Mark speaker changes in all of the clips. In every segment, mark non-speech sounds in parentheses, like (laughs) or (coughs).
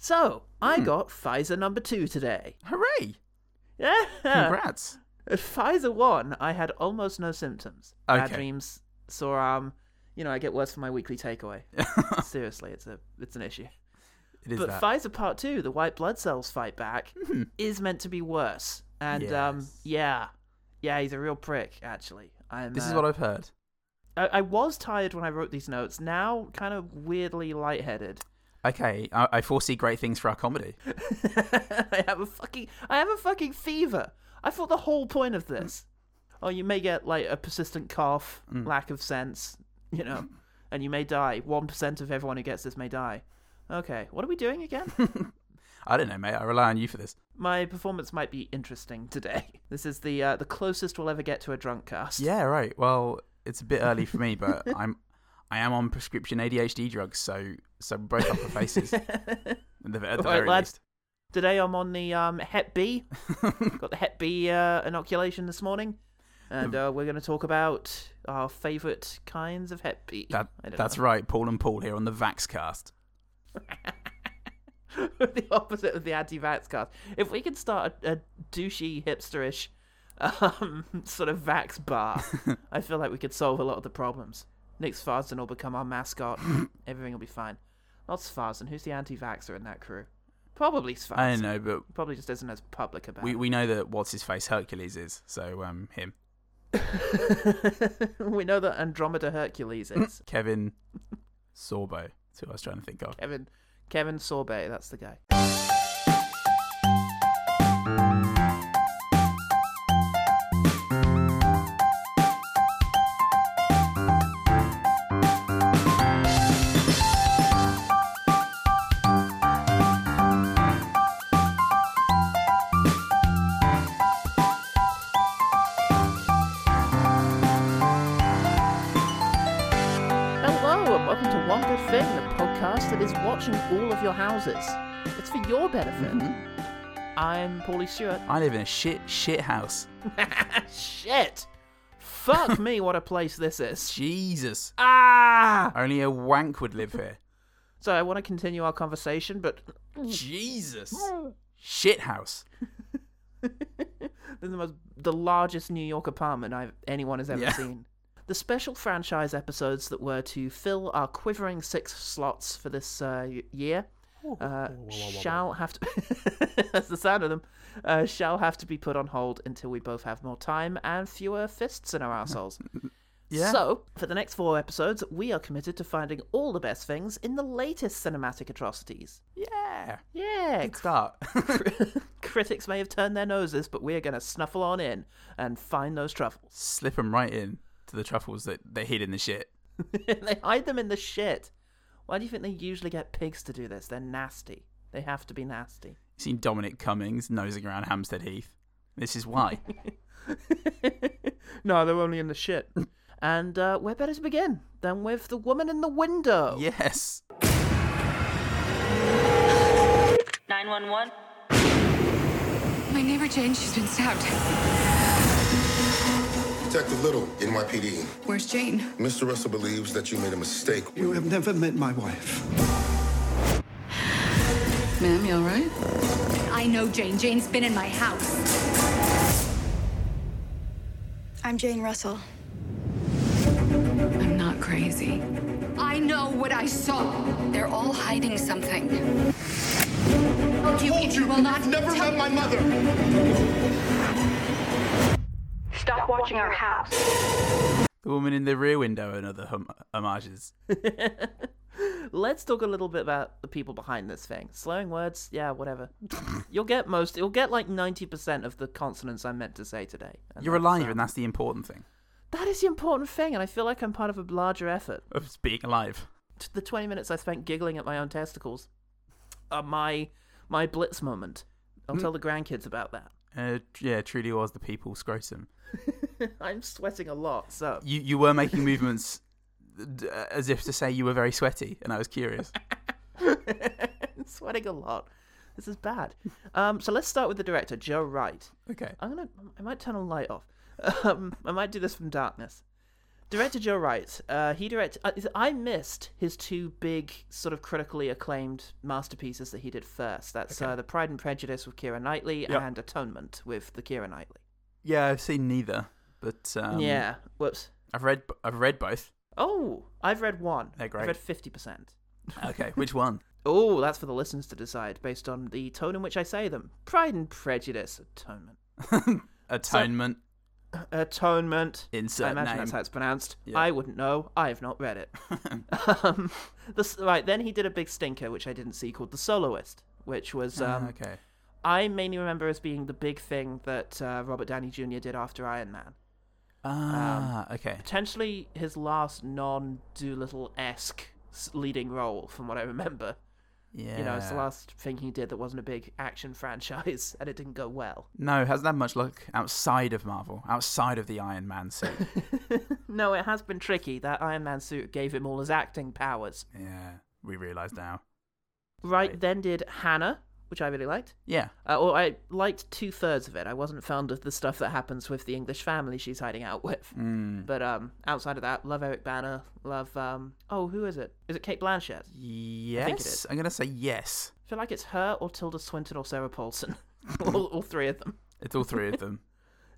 Speaker 1: So
Speaker 2: Hmm.
Speaker 1: I got Pfizer number two today.
Speaker 2: Hooray!
Speaker 1: Yeah.
Speaker 2: Congrats.
Speaker 1: Pfizer one, I had almost no symptoms. Bad
Speaker 2: Okay.
Speaker 1: dreams, sore arm. You know, I get worse for my weekly
Speaker 2: (laughs)
Speaker 1: takeaway. Seriously, it's a it's an issue.
Speaker 2: It is
Speaker 1: but
Speaker 2: that. Hmm.
Speaker 1: Pfizer Part Two, the white blood cells fight back, is meant to be worse. And um,
Speaker 2: Yes.
Speaker 1: yeah, yeah, he's a real prick. Actually, I'm.
Speaker 2: this is
Speaker 1: uh,
Speaker 2: what I've heard.
Speaker 1: I, I was tired when I wrote these notes. Now, kind of weirdly lightheaded.
Speaker 2: Okay, I, I foresee great things for
Speaker 1: (laughs)
Speaker 2: our comedy.
Speaker 1: I have a fucking, I have a fucking fever. I thought the whole point of this. Oh, you may get like a persistent cough,
Speaker 2: Mm.
Speaker 1: lack of sense, you know, and you may die. One percent of everyone who gets this may die. Okay, what are we doing
Speaker 2: (laughs)
Speaker 1: again?
Speaker 2: I don't know, mate. I rely on you for this.
Speaker 1: My performance might be interesting today. (laughs) This is the uh, the closest we'll ever get to a drunk cast.
Speaker 2: Yeah, right. Well, it's a bit early for me,
Speaker 1: (laughs)
Speaker 2: but I'm, I am on prescription ADHD drugs, so so we're both up for
Speaker 1: (laughs)
Speaker 2: faces. at the,
Speaker 1: All
Speaker 2: at the
Speaker 1: right,
Speaker 2: very
Speaker 1: lads.
Speaker 2: least.
Speaker 1: Today I'm on the um, Hep
Speaker 2: (laughs)
Speaker 1: B. Got the Hep B uh, inoculation this morning, and
Speaker 2: Hmm.
Speaker 1: uh, we're going to talk about our favourite kinds of Hep B.
Speaker 2: That,
Speaker 1: I don't
Speaker 2: that's right. Paul and Paul here on the Vaxcast.
Speaker 1: know. (laughs) the opposite of the anti-vax cast. If we could start a, a douchey, hipsterish um, (laughs) sort of vax
Speaker 2: (laughs)
Speaker 1: bar, I feel like we could solve a lot of the problems. Nick Sfarzan will become our
Speaker 2: (laughs)
Speaker 1: mascot. Everything will be fine. Not Sfarzan. Who's the anti-vaxer in that crew? Probably Sfarzan.
Speaker 2: I don't know, but
Speaker 1: Probably just isn't as public about.
Speaker 2: we,
Speaker 1: it.
Speaker 2: we know that what's his face Hercules is, so um him
Speaker 1: (laughs) we know that Andromeda Hercules
Speaker 2: (laughs)
Speaker 1: is (laughs)
Speaker 2: Kevin Sorbo. That's who I was trying to think of.
Speaker 1: Kevin Kevin Sorbet, that's the guy. Hello and welcome to One Good Thing, the podcast that is watching all of your houses. It's for your benefit. Mm-hmm. I'm Paulie Stewart.
Speaker 2: I live in a shit shit house.
Speaker 1: (laughs) Shit! (laughs) Fuck me, what a place this is.
Speaker 2: Jesus.
Speaker 1: Ah!
Speaker 2: Only a wank would
Speaker 1: (laughs)
Speaker 2: live here.
Speaker 1: So I want to continue our conversation, but (laughs)
Speaker 2: Jesus. Shit house.
Speaker 1: (laughs) This is the most the largest New York apartment I've anyone has ever
Speaker 2: Yeah.
Speaker 1: seen. The special franchise episodes that were to fill our quivering six slots for this uh, y- year uh, shall have to. (laughs) that's the sound of them. Uh, shall have to be put on hold until we both have more time and fewer fists in our assholes.
Speaker 2: (laughs) Yeah.
Speaker 1: So, for the next four episodes, we are committed to finding all the best things in the latest cinematic atrocities.
Speaker 2: Yeah.
Speaker 1: Yeah,
Speaker 2: Good start.
Speaker 1: Critics may have turned their noses, but we're going to snuffle on in and find those truffles. (laughs)
Speaker 2: (laughs) Slip 'em right in to the truffles that they hid in the shit.
Speaker 1: they hide them in the shit. Why do you think they usually get pigs to do this? They're nasty. They have to be nasty.
Speaker 2: You seen Dominic Cummings nosing around Hampstead Heath. This
Speaker 1: (laughs)
Speaker 2: is why.
Speaker 1: (laughs) no, they're only in the shit. (laughs) and uh, where better to begin than with the woman in the window?
Speaker 2: yes.
Speaker 3: 911.
Speaker 4: My neighbor Jane, she's been stabbed.
Speaker 5: Detective Little, NYPD.
Speaker 4: Where's Jane?
Speaker 5: Mr. Russell believes that you made a mistake.
Speaker 6: You have never met my wife.
Speaker 4: Ma'am, you all right? I know Jane. Jane's been in my house.
Speaker 7: I'm Jane Russell.
Speaker 4: I'm not crazy. I know what I saw. They're all hiding something. You, if you will not never tell my
Speaker 3: Stop watching our house.
Speaker 2: The woman in the rear window and other hom- homages.
Speaker 1: (laughs) Let's talk a little bit about the people behind this thing. Slurring words, yeah, (laughs) whatever. you'll get most, you'll get like 90% of the consonants I meant to say today. And
Speaker 2: You're
Speaker 1: that's,
Speaker 2: alive,
Speaker 1: uh,
Speaker 2: and that's the important thing
Speaker 1: That is the important thing, and I feel like I'm part of a larger effort.
Speaker 2: of being alive.
Speaker 1: T- The 20 minutes I spent giggling at my own testicles are my my blitz moment. I'll tell the grandkids about that. (laughs)
Speaker 2: Uh, yeah, truly was the people scrotum.
Speaker 1: I'm sweating a lot, so
Speaker 2: You you were making movements d- uh, as if to say you were very sweaty, and I
Speaker 1: (laughs)
Speaker 2: was curious.
Speaker 1: I'm sweating a lot. This is bad. Um, so let's start with the director, Joe Wright.
Speaker 2: Okay.
Speaker 1: (laughs) I'm gonna. I might turn a light off. Um, I might do this from darkness. Director Joe Wright, uh, he directed. Uh, is- I missed his two big, sort of critically acclaimed masterpieces that he did first. That's uh, The Pride and Prejudice with Kira Knightley and Atonement with the Kira Knightley.
Speaker 2: Yeah, I've seen neither, but um,
Speaker 1: yeah. Whoops.
Speaker 2: I've read I've
Speaker 1: (laughs)
Speaker 2: read both.
Speaker 1: Oh, I've read one.
Speaker 2: They're
Speaker 1: I've
Speaker 2: great.
Speaker 1: read fifty percent.
Speaker 2: Okay, which
Speaker 1: (laughs)
Speaker 2: one?
Speaker 1: Oh, that's for the listeners to decide based on the tone in which I say them. Pride and Prejudice, Atonement,
Speaker 2: Atonement.
Speaker 1: Atonement.
Speaker 2: Insert
Speaker 1: I imagine
Speaker 2: name.
Speaker 1: that's how it's pronounced.
Speaker 2: Yeah.
Speaker 1: I wouldn't know. I have not
Speaker 2: (laughs)
Speaker 1: read it. um, this, right then, he did a big stinker which I didn't see called The Soloist, which was um,
Speaker 2: Ah, okay.
Speaker 1: I mainly remember as being the big thing that uh, Robert Downey Jr. did after Iron Man. Um,
Speaker 2: Ah, okay.
Speaker 1: Potentially his last non Doolittle esque leading role, from what I remember.
Speaker 2: Yeah.
Speaker 1: You know, it's the last thing he did that wasn't a big action (laughs) franchise, and it didn't go well.
Speaker 2: No, it hasn't had much luck outside of Marvel, outside of the Iron Man suit.
Speaker 1: (laughs) No, it has been tricky. That Iron Man suit gave him all his acting powers.
Speaker 2: yeah, we realise now.
Speaker 1: Right,
Speaker 2: Right.
Speaker 1: then did Hannah, which I really liked.
Speaker 2: Yeah,
Speaker 1: Uh, or I liked two thirds of it. I wasn't fond of the stuff that happens with the English family she's hiding out with. But um, outside of that, love Eric Banner. Love um, oh, who is it? Is it Kate Blanchett? I
Speaker 2: yes.
Speaker 1: is.
Speaker 2: I'm gonna say yes.
Speaker 1: feel like it's her or Tilda Swinton or Sarah Paulson. (laughs) all, all three of them.
Speaker 2: It's all
Speaker 1: (laughs)
Speaker 2: three of them.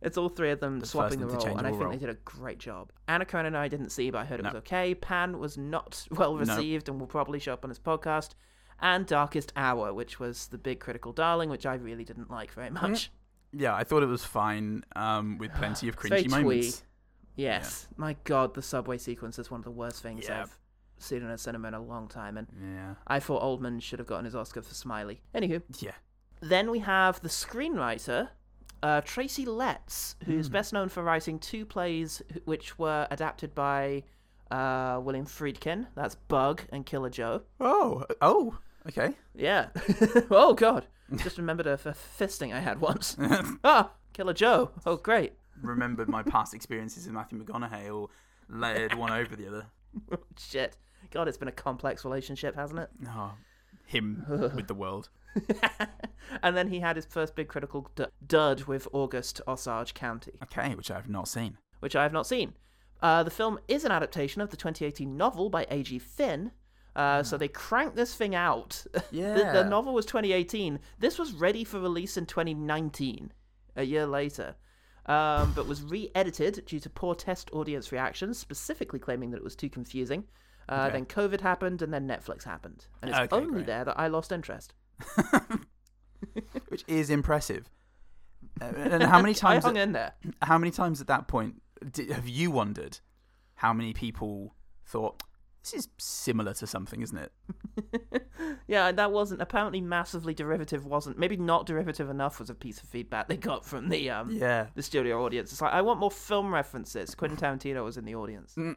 Speaker 1: It's all three of them swapping the role, and I
Speaker 2: interchangeable
Speaker 1: think they
Speaker 2: role.
Speaker 1: did a great job. Anna Karenina, I didn't see, but I heard it
Speaker 2: No.
Speaker 1: was okay. Pan was not (laughs) well received, and will probably show up on his podcast. And Darkest Hour, which was the big critical darling, which I really didn't like very
Speaker 2: Mm.
Speaker 1: much.
Speaker 2: Yeah, I thought it was fine, um, with plenty of
Speaker 1: It's very
Speaker 2: cringy moments.
Speaker 1: twee. Yes. My God, the subway sequence is one of the worst things
Speaker 2: Yeah.
Speaker 1: I've seen in a cinema in a long time. And
Speaker 2: Yeah,
Speaker 1: I thought Oldman should have gotten his Oscar for Smiley. Anywho,
Speaker 2: yeah.
Speaker 1: then we have the screenwriter, uh, Tracy Letts, who's best known for writing two plays wh- which were adapted by uh, William Friedkin. That's Bug and Killer Joe.
Speaker 2: Oh, oh, okay.
Speaker 1: Yeah. (laughs) oh, God. Just remembered a, a fisting I had once. ah, Killer Joe. Oh, great.
Speaker 2: Remembered my past experiences with Matthew McConaughey, all layered one over the other.
Speaker 1: Shit. God, it's been a complex relationship, hasn't it?
Speaker 2: Oh, him with the world.
Speaker 1: (laughs) and then he had his first big critical d- dud with August Osage County,
Speaker 2: Okay, which I have not seen.
Speaker 1: which I have not seen. Uh, the film is an adaptation of the 2018 novel by A.G. Finn. Uh, so they cranked this thing out. (laughs) The- the,
Speaker 2: Uh-huh. Yeah.
Speaker 1: novel was 2018. This was ready for release in 2019, a year later, um, but was re-edited due to poor test audience reactions, specifically claiming that it was too confusing. Uh, Then COVID happened, and then Netflix happened, and it's
Speaker 2: Okay,
Speaker 1: only
Speaker 2: great.
Speaker 1: there that I lost interest.
Speaker 2: which is impressive. Uh, and how
Speaker 1: (laughs)
Speaker 2: many times?
Speaker 1: I hung in there. (clears throat)
Speaker 2: How many times at that point di have you wondered how many people thought this is similar to something, isn't it?
Speaker 1: Yeah, and that wasn't apparently massively derivative. Wasn't maybe not derivative enough was a piece of feedback they got from the um
Speaker 2: Yeah.
Speaker 1: the studio audience. It's like I want more film references.
Speaker 2: (laughs)
Speaker 1: Quentin Tarantino was in the audience.
Speaker 2: Mm.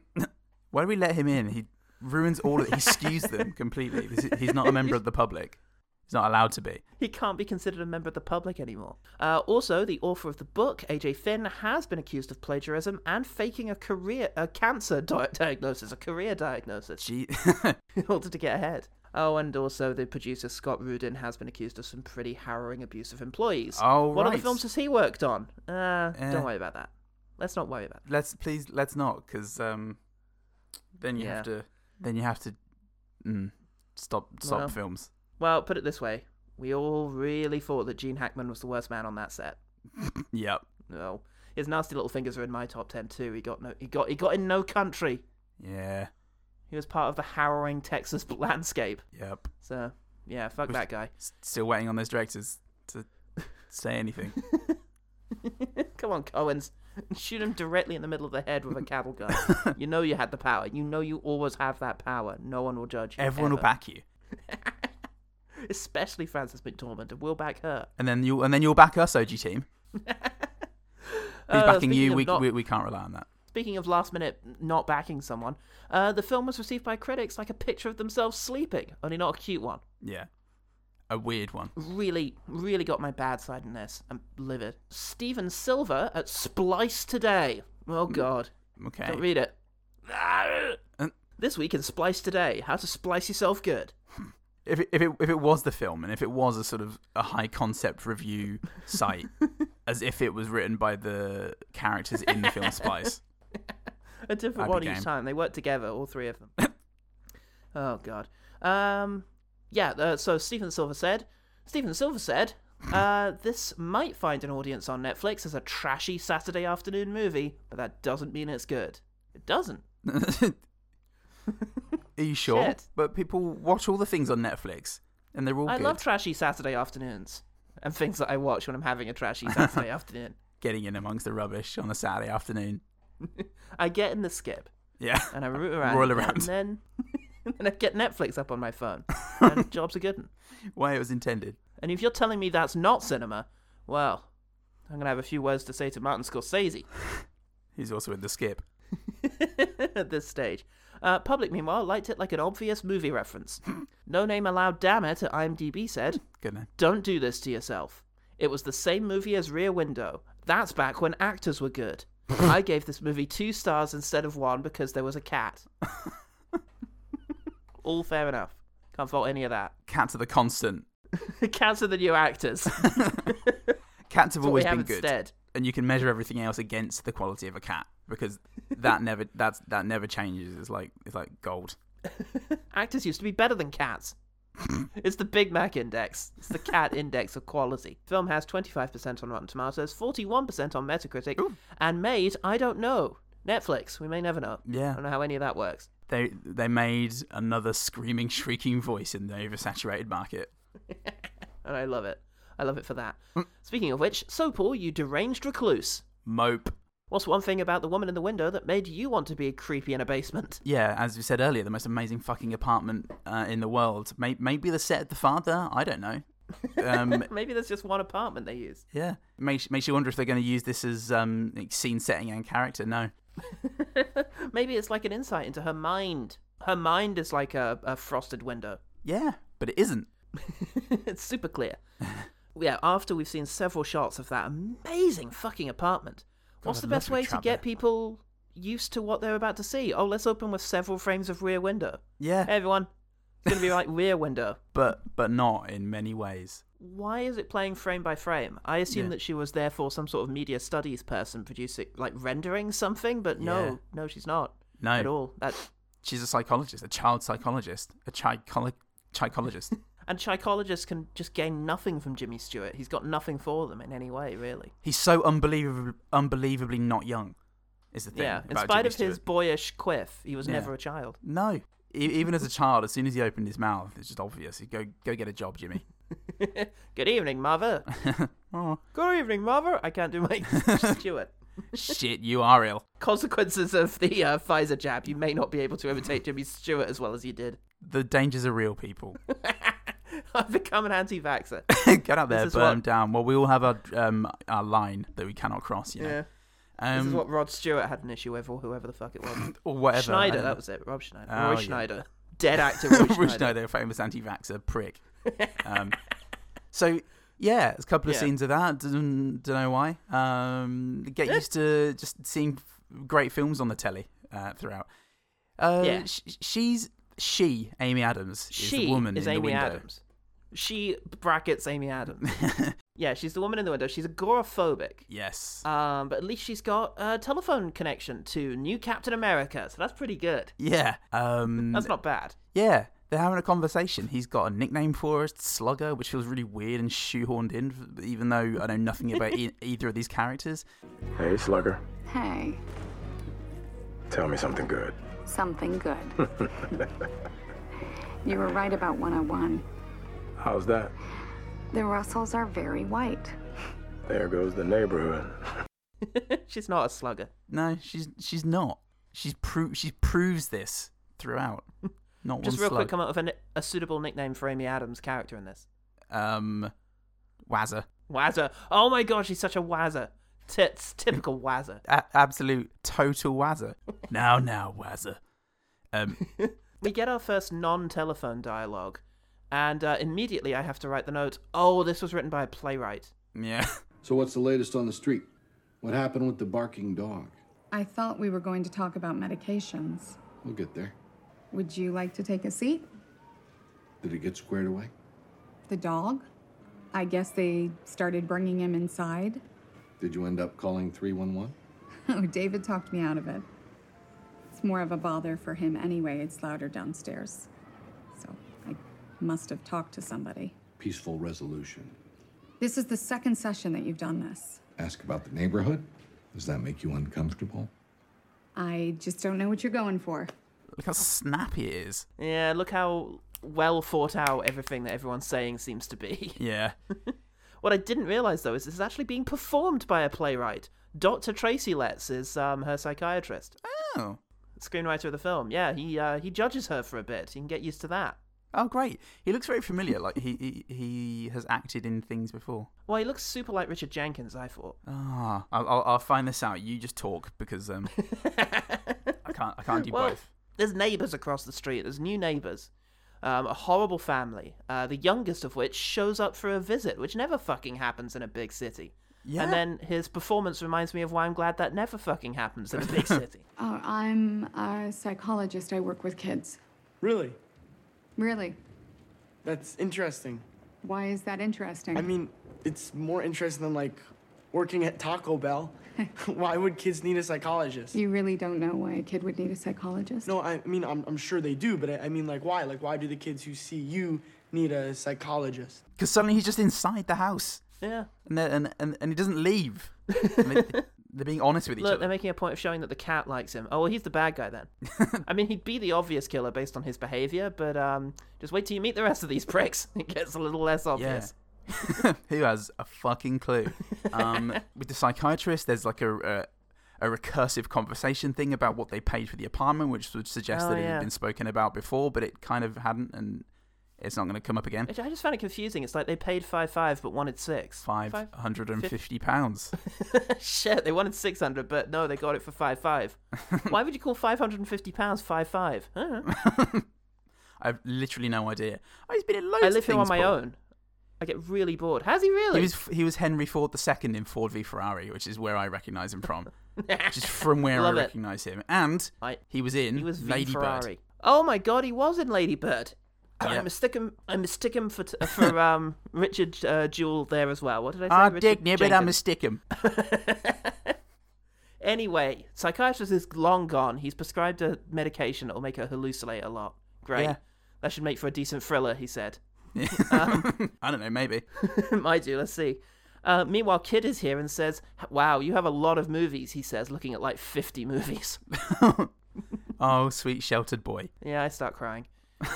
Speaker 2: Why do we let him in? He ruins all of it. He skews them completely. This is- He's not a member of the public. He's not allowed to be.
Speaker 1: He can't be considered a member of the public anymore. Uh, also, the author of the book, AJ Finn, has been accused of plagiarism and faking a career a cancer (laughs) di- diagnosis, a career diagnosis. (laughs)
Speaker 2: Gee.
Speaker 1: in order to get ahead. Oh, and also the producer Scott Rudin has been accused of some pretty harrowing abuse of employees.
Speaker 2: Oh,
Speaker 1: What other
Speaker 2: right.
Speaker 1: films has he worked on? Uh,
Speaker 2: Eh.
Speaker 1: don't worry about that. Let's not worry about that.
Speaker 2: (laughs) let's please let's not, because um, then you have
Speaker 1: Yeah.
Speaker 2: to then you have to mm, stop stop
Speaker 1: Well.
Speaker 2: films.
Speaker 1: Well, put it this way. We all really thought that Gene Hackman was the worst man on that set.
Speaker 2: Yep.
Speaker 1: No. His nasty little fingers are in my top ten too. He got no he got he got in no country.
Speaker 2: Yeah.
Speaker 1: He was part of the harrowing Texas (laughs) landscape.
Speaker 2: Yep.
Speaker 1: So yeah, fuck that guy.
Speaker 2: S- Still waiting on those directors to say
Speaker 1: (laughs)
Speaker 2: anything.
Speaker 1: Come on, Cohen's. (laughs) Shoot him directly in the middle of the head with a cattle
Speaker 2: (laughs)
Speaker 1: gun. you know you had the power. You know you always have that power. No one will judge you.
Speaker 2: Everyone will
Speaker 1: ever.
Speaker 2: back you,
Speaker 1: Especially Frances McDormand. And we'll back her.
Speaker 2: and then you will and then you'll back us,
Speaker 1: (laughs)
Speaker 2: OG team. Who's
Speaker 1: Uh,
Speaker 2: backing
Speaker 1: speaking
Speaker 2: you?
Speaker 1: of
Speaker 2: We,
Speaker 1: not-
Speaker 2: we we can't rely on that.
Speaker 1: Speaking of last minute not backing someone, uh, the film was received by critics like a picture of themselves sleeping, only not a cute one.
Speaker 2: Yeah, a weird one.
Speaker 1: Really, really got my bad side in this. I'm livid. Steven Silver at Splice Today. Oh, God.
Speaker 2: Okay.
Speaker 1: Don't
Speaker 2: (laughs)
Speaker 1: read it. This week in Splice Today, how to splice yourself good.
Speaker 2: if it, if it if it was the film and if it was a sort of a high concept review
Speaker 1: (laughs) (laughs)
Speaker 2: site, as if it was written by the characters in the film Spice. (laughs)
Speaker 1: a different
Speaker 2: I'd be
Speaker 1: one
Speaker 2: game.
Speaker 1: each time. They work together, all three of them. oh god. Um, yeah. Uh, so Stephen Silver said. Stephen Silver said. Uh, this might find an audience on Netflix as a trashy Saturday afternoon movie, but that doesn't mean it's good. It doesn't.
Speaker 2: Are you sure?
Speaker 1: Shit.
Speaker 2: But people watch all the things on Netflix, and they're all
Speaker 1: I
Speaker 2: good.
Speaker 1: love trashy Saturday afternoons and things that I watch when I'm having a trashy
Speaker 2: (laughs)
Speaker 1: Saturday afternoon.
Speaker 2: Getting in amongst the rubbish on a Saturday afternoon.
Speaker 1: I get in the skip
Speaker 2: Yeah,
Speaker 1: (laughs) and I root around,
Speaker 2: Roll
Speaker 1: a bit,
Speaker 2: around.
Speaker 1: and then (laughs) and then I get Netflix up on my
Speaker 2: (laughs)
Speaker 1: phone. And jobs are good. 'un.
Speaker 2: way it was intended.
Speaker 1: And if you're telling me that's not cinema, well, I'm gonna have a few words to say to Martin Scorsese (laughs)
Speaker 2: He's also in the skip.
Speaker 1: at this stage. Uh, Public, meanwhile, liked it like an obvious movie
Speaker 2: (laughs)
Speaker 1: reference. No name allowed, damn it, at IMDb said,
Speaker 2: Good man.
Speaker 1: Don't do this to yourself. It was the same movie as Rear Window. That's back when actors were
Speaker 2: (laughs)
Speaker 1: good. I gave this movie two stars instead of one because there was a
Speaker 2: (laughs)
Speaker 1: cat. All fair enough. Can't fault any of that. (laughs)
Speaker 2: Cats are the constant.
Speaker 1: Cats are the new
Speaker 2: (laughs)
Speaker 1: actors.
Speaker 2: Cats have
Speaker 1: what we
Speaker 2: always
Speaker 1: have
Speaker 2: been good,
Speaker 1: instead.
Speaker 2: and you can measure everything else against the quality of a cat because that never that's that never changes. It's like it's like gold.
Speaker 1: Actors used to be better than
Speaker 2: (laughs)
Speaker 1: cats. it's the Big Mac Index. It's the cat (laughs) index of quality. Film has 25% on Rotten Tomatoes, 41% on Metacritic, and made, I don't know. Netflix, we may never know.
Speaker 2: Yeah.
Speaker 1: I don't know how any of that works.
Speaker 2: They they made another screaming, shrieking voice in the oversaturated market.
Speaker 1: And I love it. I love it for that.
Speaker 2: Mm.
Speaker 1: Speaking of which, so Paul, you deranged recluse.
Speaker 2: Mope.
Speaker 1: What's one thing about the woman in the window that made you want to be creepy in a basement?
Speaker 2: Yeah, as we said earlier, the most amazing fucking apartment uh, in the world. May- Maybe the set of the father. I don't know. Um,
Speaker 1: (laughs) Maybe there's just one apartment they use.
Speaker 2: yeah, makes makes you wonder if they're going to use this as um, like scene setting and character. No,
Speaker 1: Maybe it's like an insight into her mind. Her mind is like a, a frosted window. (laughs)
Speaker 2: yeah, but it isn't.
Speaker 1: it's super
Speaker 2: (laughs)
Speaker 1: clear. yeah, after we've seen several shots of that amazing fucking apartment, what's
Speaker 2: I'd
Speaker 1: the
Speaker 2: love
Speaker 1: best
Speaker 2: to
Speaker 1: way to
Speaker 2: travel.
Speaker 1: get people used to what they're about to see? Oh, let's open with several frames of rear window.
Speaker 2: Yeah,
Speaker 1: Hey, everyone. It's going to be like rear window.
Speaker 2: but but not in many ways.
Speaker 1: Why is it playing frame by frame? I assume
Speaker 2: Yeah.
Speaker 1: that she was therefore some sort of media studies person producing, like rendering something, but no,
Speaker 2: Yeah.
Speaker 1: no, she's not
Speaker 2: No.
Speaker 1: at all. That
Speaker 2: She's a psychologist, a child psychologist, a psycholo-
Speaker 1: (laughs)
Speaker 2: psychologist.
Speaker 1: and psychologists can just gain nothing from Jimmy Stewart. He's got nothing for them in any way, really.
Speaker 2: He's so unbelievably unbelievably not young. Is the thing?
Speaker 1: Yeah, in
Speaker 2: about
Speaker 1: spite of
Speaker 2: Jimmy
Speaker 1: his
Speaker 2: Stewart.
Speaker 1: boyish quiff, he was
Speaker 2: Yeah.
Speaker 1: never a child.
Speaker 2: no. E- even as a child, as soon as he opened his mouth, it's just obvious. He'd Go go get a
Speaker 1: (laughs)
Speaker 2: job, Jimmy.
Speaker 1: Good evening,
Speaker 2: (laughs)
Speaker 1: mother.
Speaker 2: Oh.
Speaker 1: Good evening, mother. I can't do
Speaker 2: (laughs)
Speaker 1: my Stuart.
Speaker 2: Shit, you are ill.
Speaker 1: Consequences of the uh, Pfizer jab. You may not be able to imitate Jimmy Stewart as well as you did. (laughs)
Speaker 2: The dangers are real, people.
Speaker 1: I've become an
Speaker 2: (laughs)
Speaker 1: anti-vaxxer.
Speaker 2: Get out there,
Speaker 1: is
Speaker 2: burn
Speaker 1: what-
Speaker 2: them down. Well, we all have our um, our line that we cannot cross. You know,
Speaker 1: Yeah.
Speaker 2: um,
Speaker 1: this is what Rod Stewart had an issue with, or whoever the fuck it
Speaker 2: (laughs)
Speaker 1: was.
Speaker 2: or whatever. I
Speaker 1: Schneider,
Speaker 2: don't
Speaker 1: that
Speaker 2: know.
Speaker 1: was it. Rob Schneider.
Speaker 2: Oh,
Speaker 1: Roy
Speaker 2: yeah. (laughs)
Speaker 1: Schneider. Dead actor (laughs) Roy Schneider.
Speaker 2: Roy Schneider, famous anti-vaxxer
Speaker 1: (laughs)
Speaker 2: prick. Um, so yeah, there's a couple of
Speaker 1: Yeah.
Speaker 2: scenes of that. Don't, don't know why. Um, get used to just seeing f- great films on the telly uh, throughout. Uh,
Speaker 1: Yeah.
Speaker 2: sh- she's she Amy Adams is
Speaker 1: She
Speaker 2: the woman
Speaker 1: is
Speaker 2: in the
Speaker 1: Amy
Speaker 2: window.
Speaker 1: Adams. She brackets Amy Adams.
Speaker 2: (laughs)
Speaker 1: yeah, she's the woman in the window. She's agoraphobic.
Speaker 2: Yes.
Speaker 1: Um, but at least she's got a telephone connection to new Captain America, so that's pretty good.
Speaker 2: yeah. Um,
Speaker 1: That's not bad. (laughs)
Speaker 2: Yeah, they're having a conversation. He's got a nickname for us, Slugger, which feels really weird and shoehorned in, even though I know nothing
Speaker 1: (laughs)
Speaker 2: about e- either of these characters.
Speaker 8: Hey, Slugger.
Speaker 9: Hey,
Speaker 8: Tell me something good.
Speaker 4: (laughs)
Speaker 9: something good. you were right about 101.
Speaker 8: How's that?
Speaker 9: The Russells are very white.
Speaker 8: There goes the neighborhood.
Speaker 1: she's not a slugger.
Speaker 2: No, she's she's not. She's pro- she proves this
Speaker 1: (laughs)
Speaker 2: throughout. Not
Speaker 1: Just
Speaker 2: one
Speaker 1: real
Speaker 2: slug.
Speaker 1: quick, come up with a, ni- a suitable nickname for Amy Adams' character in this.
Speaker 2: um, Wazza,
Speaker 1: Wazza. Oh my god, she's such a wazza. Tits, typical wazza.
Speaker 2: a- absolute
Speaker 1: (laughs)
Speaker 2: total Wazza. now, now, Wazza. Um,
Speaker 1: We get our first non-telephone dialogue, and uh, immediately I have to write the note. Oh, this was written by a playwright.
Speaker 2: yeah. (laughs)
Speaker 10: So, what's the latest on the street? What happened with the barking dog?
Speaker 9: I thought we were going to talk about medications.
Speaker 10: We'll get there.
Speaker 9: Would you like to take a seat?
Speaker 10: Did it get squared away?
Speaker 9: The dog? I guess they started bringing him inside. (laughs)
Speaker 10: Did you end up calling 311?
Speaker 9: Oh, David talked me out of it. it's more of a bother for him anyway. It's louder downstairs. So I must have talked to somebody.
Speaker 10: Peaceful resolution.
Speaker 9: This is the second session that you've done this.
Speaker 10: Ask about the neighborhood? Does that make you uncomfortable?
Speaker 9: I just don't know what you're going for.
Speaker 2: Look how snappy it is.
Speaker 1: Yeah, look how well thought out everything that everyone's saying seems to be. (laughs)
Speaker 2: Yeah.
Speaker 1: What I didn't realize though is this is actually being performed by a playwright. Dr. Tracy Letts is um, her psychiatrist,
Speaker 2: Oh.
Speaker 1: screenwriter of the film. Yeah, he uh, he judges her for a bit. You can get used to that.
Speaker 2: Oh, great. He looks very familiar. Like he he, he has acted in things before.
Speaker 1: Well, he looks super like Richard Jenkins. I thought.
Speaker 2: Ah, I'll, I'll, I'll find this out. You just talk
Speaker 1: (laughs)
Speaker 2: because um, I can't I can't do
Speaker 1: Well,
Speaker 2: both.
Speaker 1: There's neighbours across the street. There's new neighbours. Um, a horrible family, uh, the youngest of which shows up for a visit, which never fucking happens in a big city.
Speaker 2: Yeah.
Speaker 1: And then his performance reminds me of why I'm glad that never fucking happens in a
Speaker 2: (laughs)
Speaker 1: big city.
Speaker 9: Oh, I'm a psychologist. I work with kids.
Speaker 11: Really?
Speaker 9: Really?
Speaker 11: That's interesting.
Speaker 9: Why is that interesting?
Speaker 11: I mean, it's more interesting than like working at Taco
Speaker 7: (laughs)
Speaker 11: Bell. Why would kids need a psychologist?
Speaker 9: you really don't know why a kid would need a psychologist.
Speaker 11: No, I mean, I'm, I'm sure they do, but I, I mean, like, why? Like, why do the kids who see you need a psychologist?
Speaker 2: Because suddenly he's just inside the house
Speaker 1: yeah.
Speaker 2: and they're- and and, and he doesn't leave. And they, they're being honest with
Speaker 1: (laughs)
Speaker 2: each
Speaker 1: Look,
Speaker 2: other.
Speaker 1: they're making a point of showing that the cat likes him. Oh, well, he's the bad guy
Speaker 2: (laughs)
Speaker 1: then. I mean, he'd be the obvious killer based on his behavior, but um, just wait till you meet the rest of these pricks. (laughs) It gets a little less
Speaker 2: Yeah.
Speaker 1: obvious.
Speaker 2: (laughs) Who has a fucking clue?
Speaker 1: (laughs)
Speaker 2: Um, with the psychiatrist, there's like a, a a recursive conversation thing about what they paid for the apartment, which would suggest
Speaker 1: Oh,
Speaker 2: that it
Speaker 1: yeah.
Speaker 2: had been spoken about before, but it kind of hadn't, and it's not going to come up again.
Speaker 1: Which I just found it confusing. It's like they paid five five, but wanted six.
Speaker 2: Five hundred and fifty pounds.
Speaker 1: (laughs) Shit, they wanted six hundred, but no, they got it for five
Speaker 2: (laughs)
Speaker 1: five. (laughs) Why would you call five hundred and fifty pounds five five? I don't
Speaker 2: (laughs)
Speaker 1: know.
Speaker 2: I've literally no idea. Oh, he's been in loads.
Speaker 1: I
Speaker 2: of
Speaker 1: live here on
Speaker 2: things,
Speaker 1: my
Speaker 2: Paul.
Speaker 1: own. I get really bored. Has he really?
Speaker 2: He was he was Henry Ford II in Ford v Ferrari, which is where I recognise
Speaker 1: (laughs)
Speaker 2: him from. Just from where I
Speaker 1: Love it.
Speaker 2: recognise him, and
Speaker 1: I-
Speaker 2: he was in
Speaker 1: He was V
Speaker 2: Lady
Speaker 1: Ferrari.
Speaker 2: Bird.
Speaker 1: Oh my god, he was in Lady Bird. I
Speaker 2: Yeah.
Speaker 1: mistook him. I mistook him for t-
Speaker 2: (laughs)
Speaker 1: for um Richard uh, Jewell there as well. What did I say?
Speaker 2: Ah,
Speaker 1: Richard
Speaker 2: dick, nibbit, I
Speaker 1: Jenkins.
Speaker 2: mistick
Speaker 1: (laughs)
Speaker 2: him.
Speaker 1: Anyway, psychiatrist is long gone. He's prescribed a medication that will make her hallucinate a lot. Great.
Speaker 2: Yeah.
Speaker 1: That should make for a decent thriller, he said. Um.
Speaker 2: (laughs) I don't know, maybe.
Speaker 1: (laughs) Might do. Let's see. Uh, meanwhile, Kid is here and says, "Wow, you have a lot of movies." He says, looking at like fifty movies. (laughs)
Speaker 2: Oh, sweet sheltered boy.
Speaker 1: Yeah, I start crying.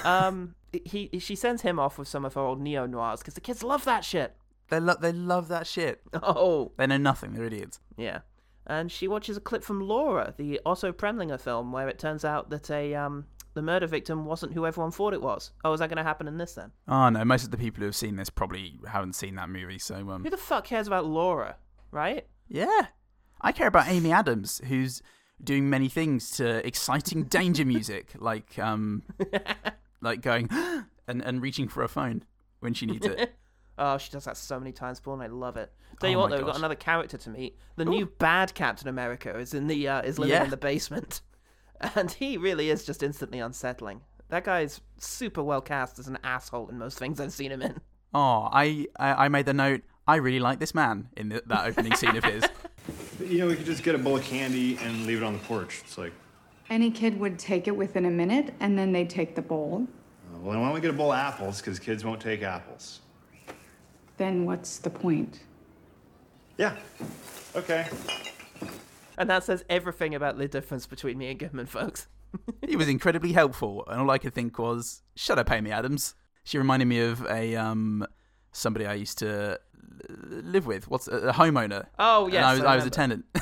Speaker 1: Um, (laughs) he she sends him off with some of her old neo noirs because the kids love that shit. (laughs)
Speaker 2: They love they love that shit.
Speaker 1: Oh,
Speaker 2: They know nothing. They're idiots.
Speaker 1: yeah. And she watches a clip from Laura, the Otto Preminger film, where it turns out that a um the murder victim wasn't who everyone thought it was. Oh, is that going to happen in this then?
Speaker 2: Oh no, most of the people who have seen this probably haven't seen that movie. So um,
Speaker 1: Who the fuck cares about Laura, right?
Speaker 2: yeah, I care about Amy Adams, who's doing many things to exciting danger music, (laughs) like
Speaker 1: (laughs)
Speaker 2: um, like going (gasps) and and reaching for a phone when she
Speaker 1: (laughs)
Speaker 2: needs it.
Speaker 1: Oh, she does that so many times, Paul, and I love it. Tell you
Speaker 2: Oh
Speaker 1: what,
Speaker 2: my
Speaker 1: though, we've got
Speaker 2: gosh.
Speaker 1: another character to meet. The new bad Captain America is in the uh, is living
Speaker 2: Yeah.
Speaker 1: in the basement, (laughs) and he really is just instantly unsettling. That guy's super well cast as an asshole in most things I've seen him in. (laughs)
Speaker 2: Oh, I I, I made the note. I really like this man in the, that opening scene of his.
Speaker 12: You know, we could just get a bowl of candy and leave it on the porch. It's like,
Speaker 9: Any kid would take it within a minute, and then they take the bowl.
Speaker 12: uh, well, why don't we get a bowl of apples? Because kids won't take apples.
Speaker 9: Then what's the point?
Speaker 12: Yeah. Okay.
Speaker 1: And that says everything about the difference between me and Goodman, folks. (laughs)
Speaker 2: He was incredibly helpful, and all I could think was, "Shut up, Amy Adams." She reminded me of a um somebody I used to uh, live with. What's a, a homeowner?
Speaker 1: Oh,
Speaker 2: And
Speaker 1: yes,
Speaker 2: I was
Speaker 1: I
Speaker 2: I, was a
Speaker 1: remember.
Speaker 2: tenant. (laughs)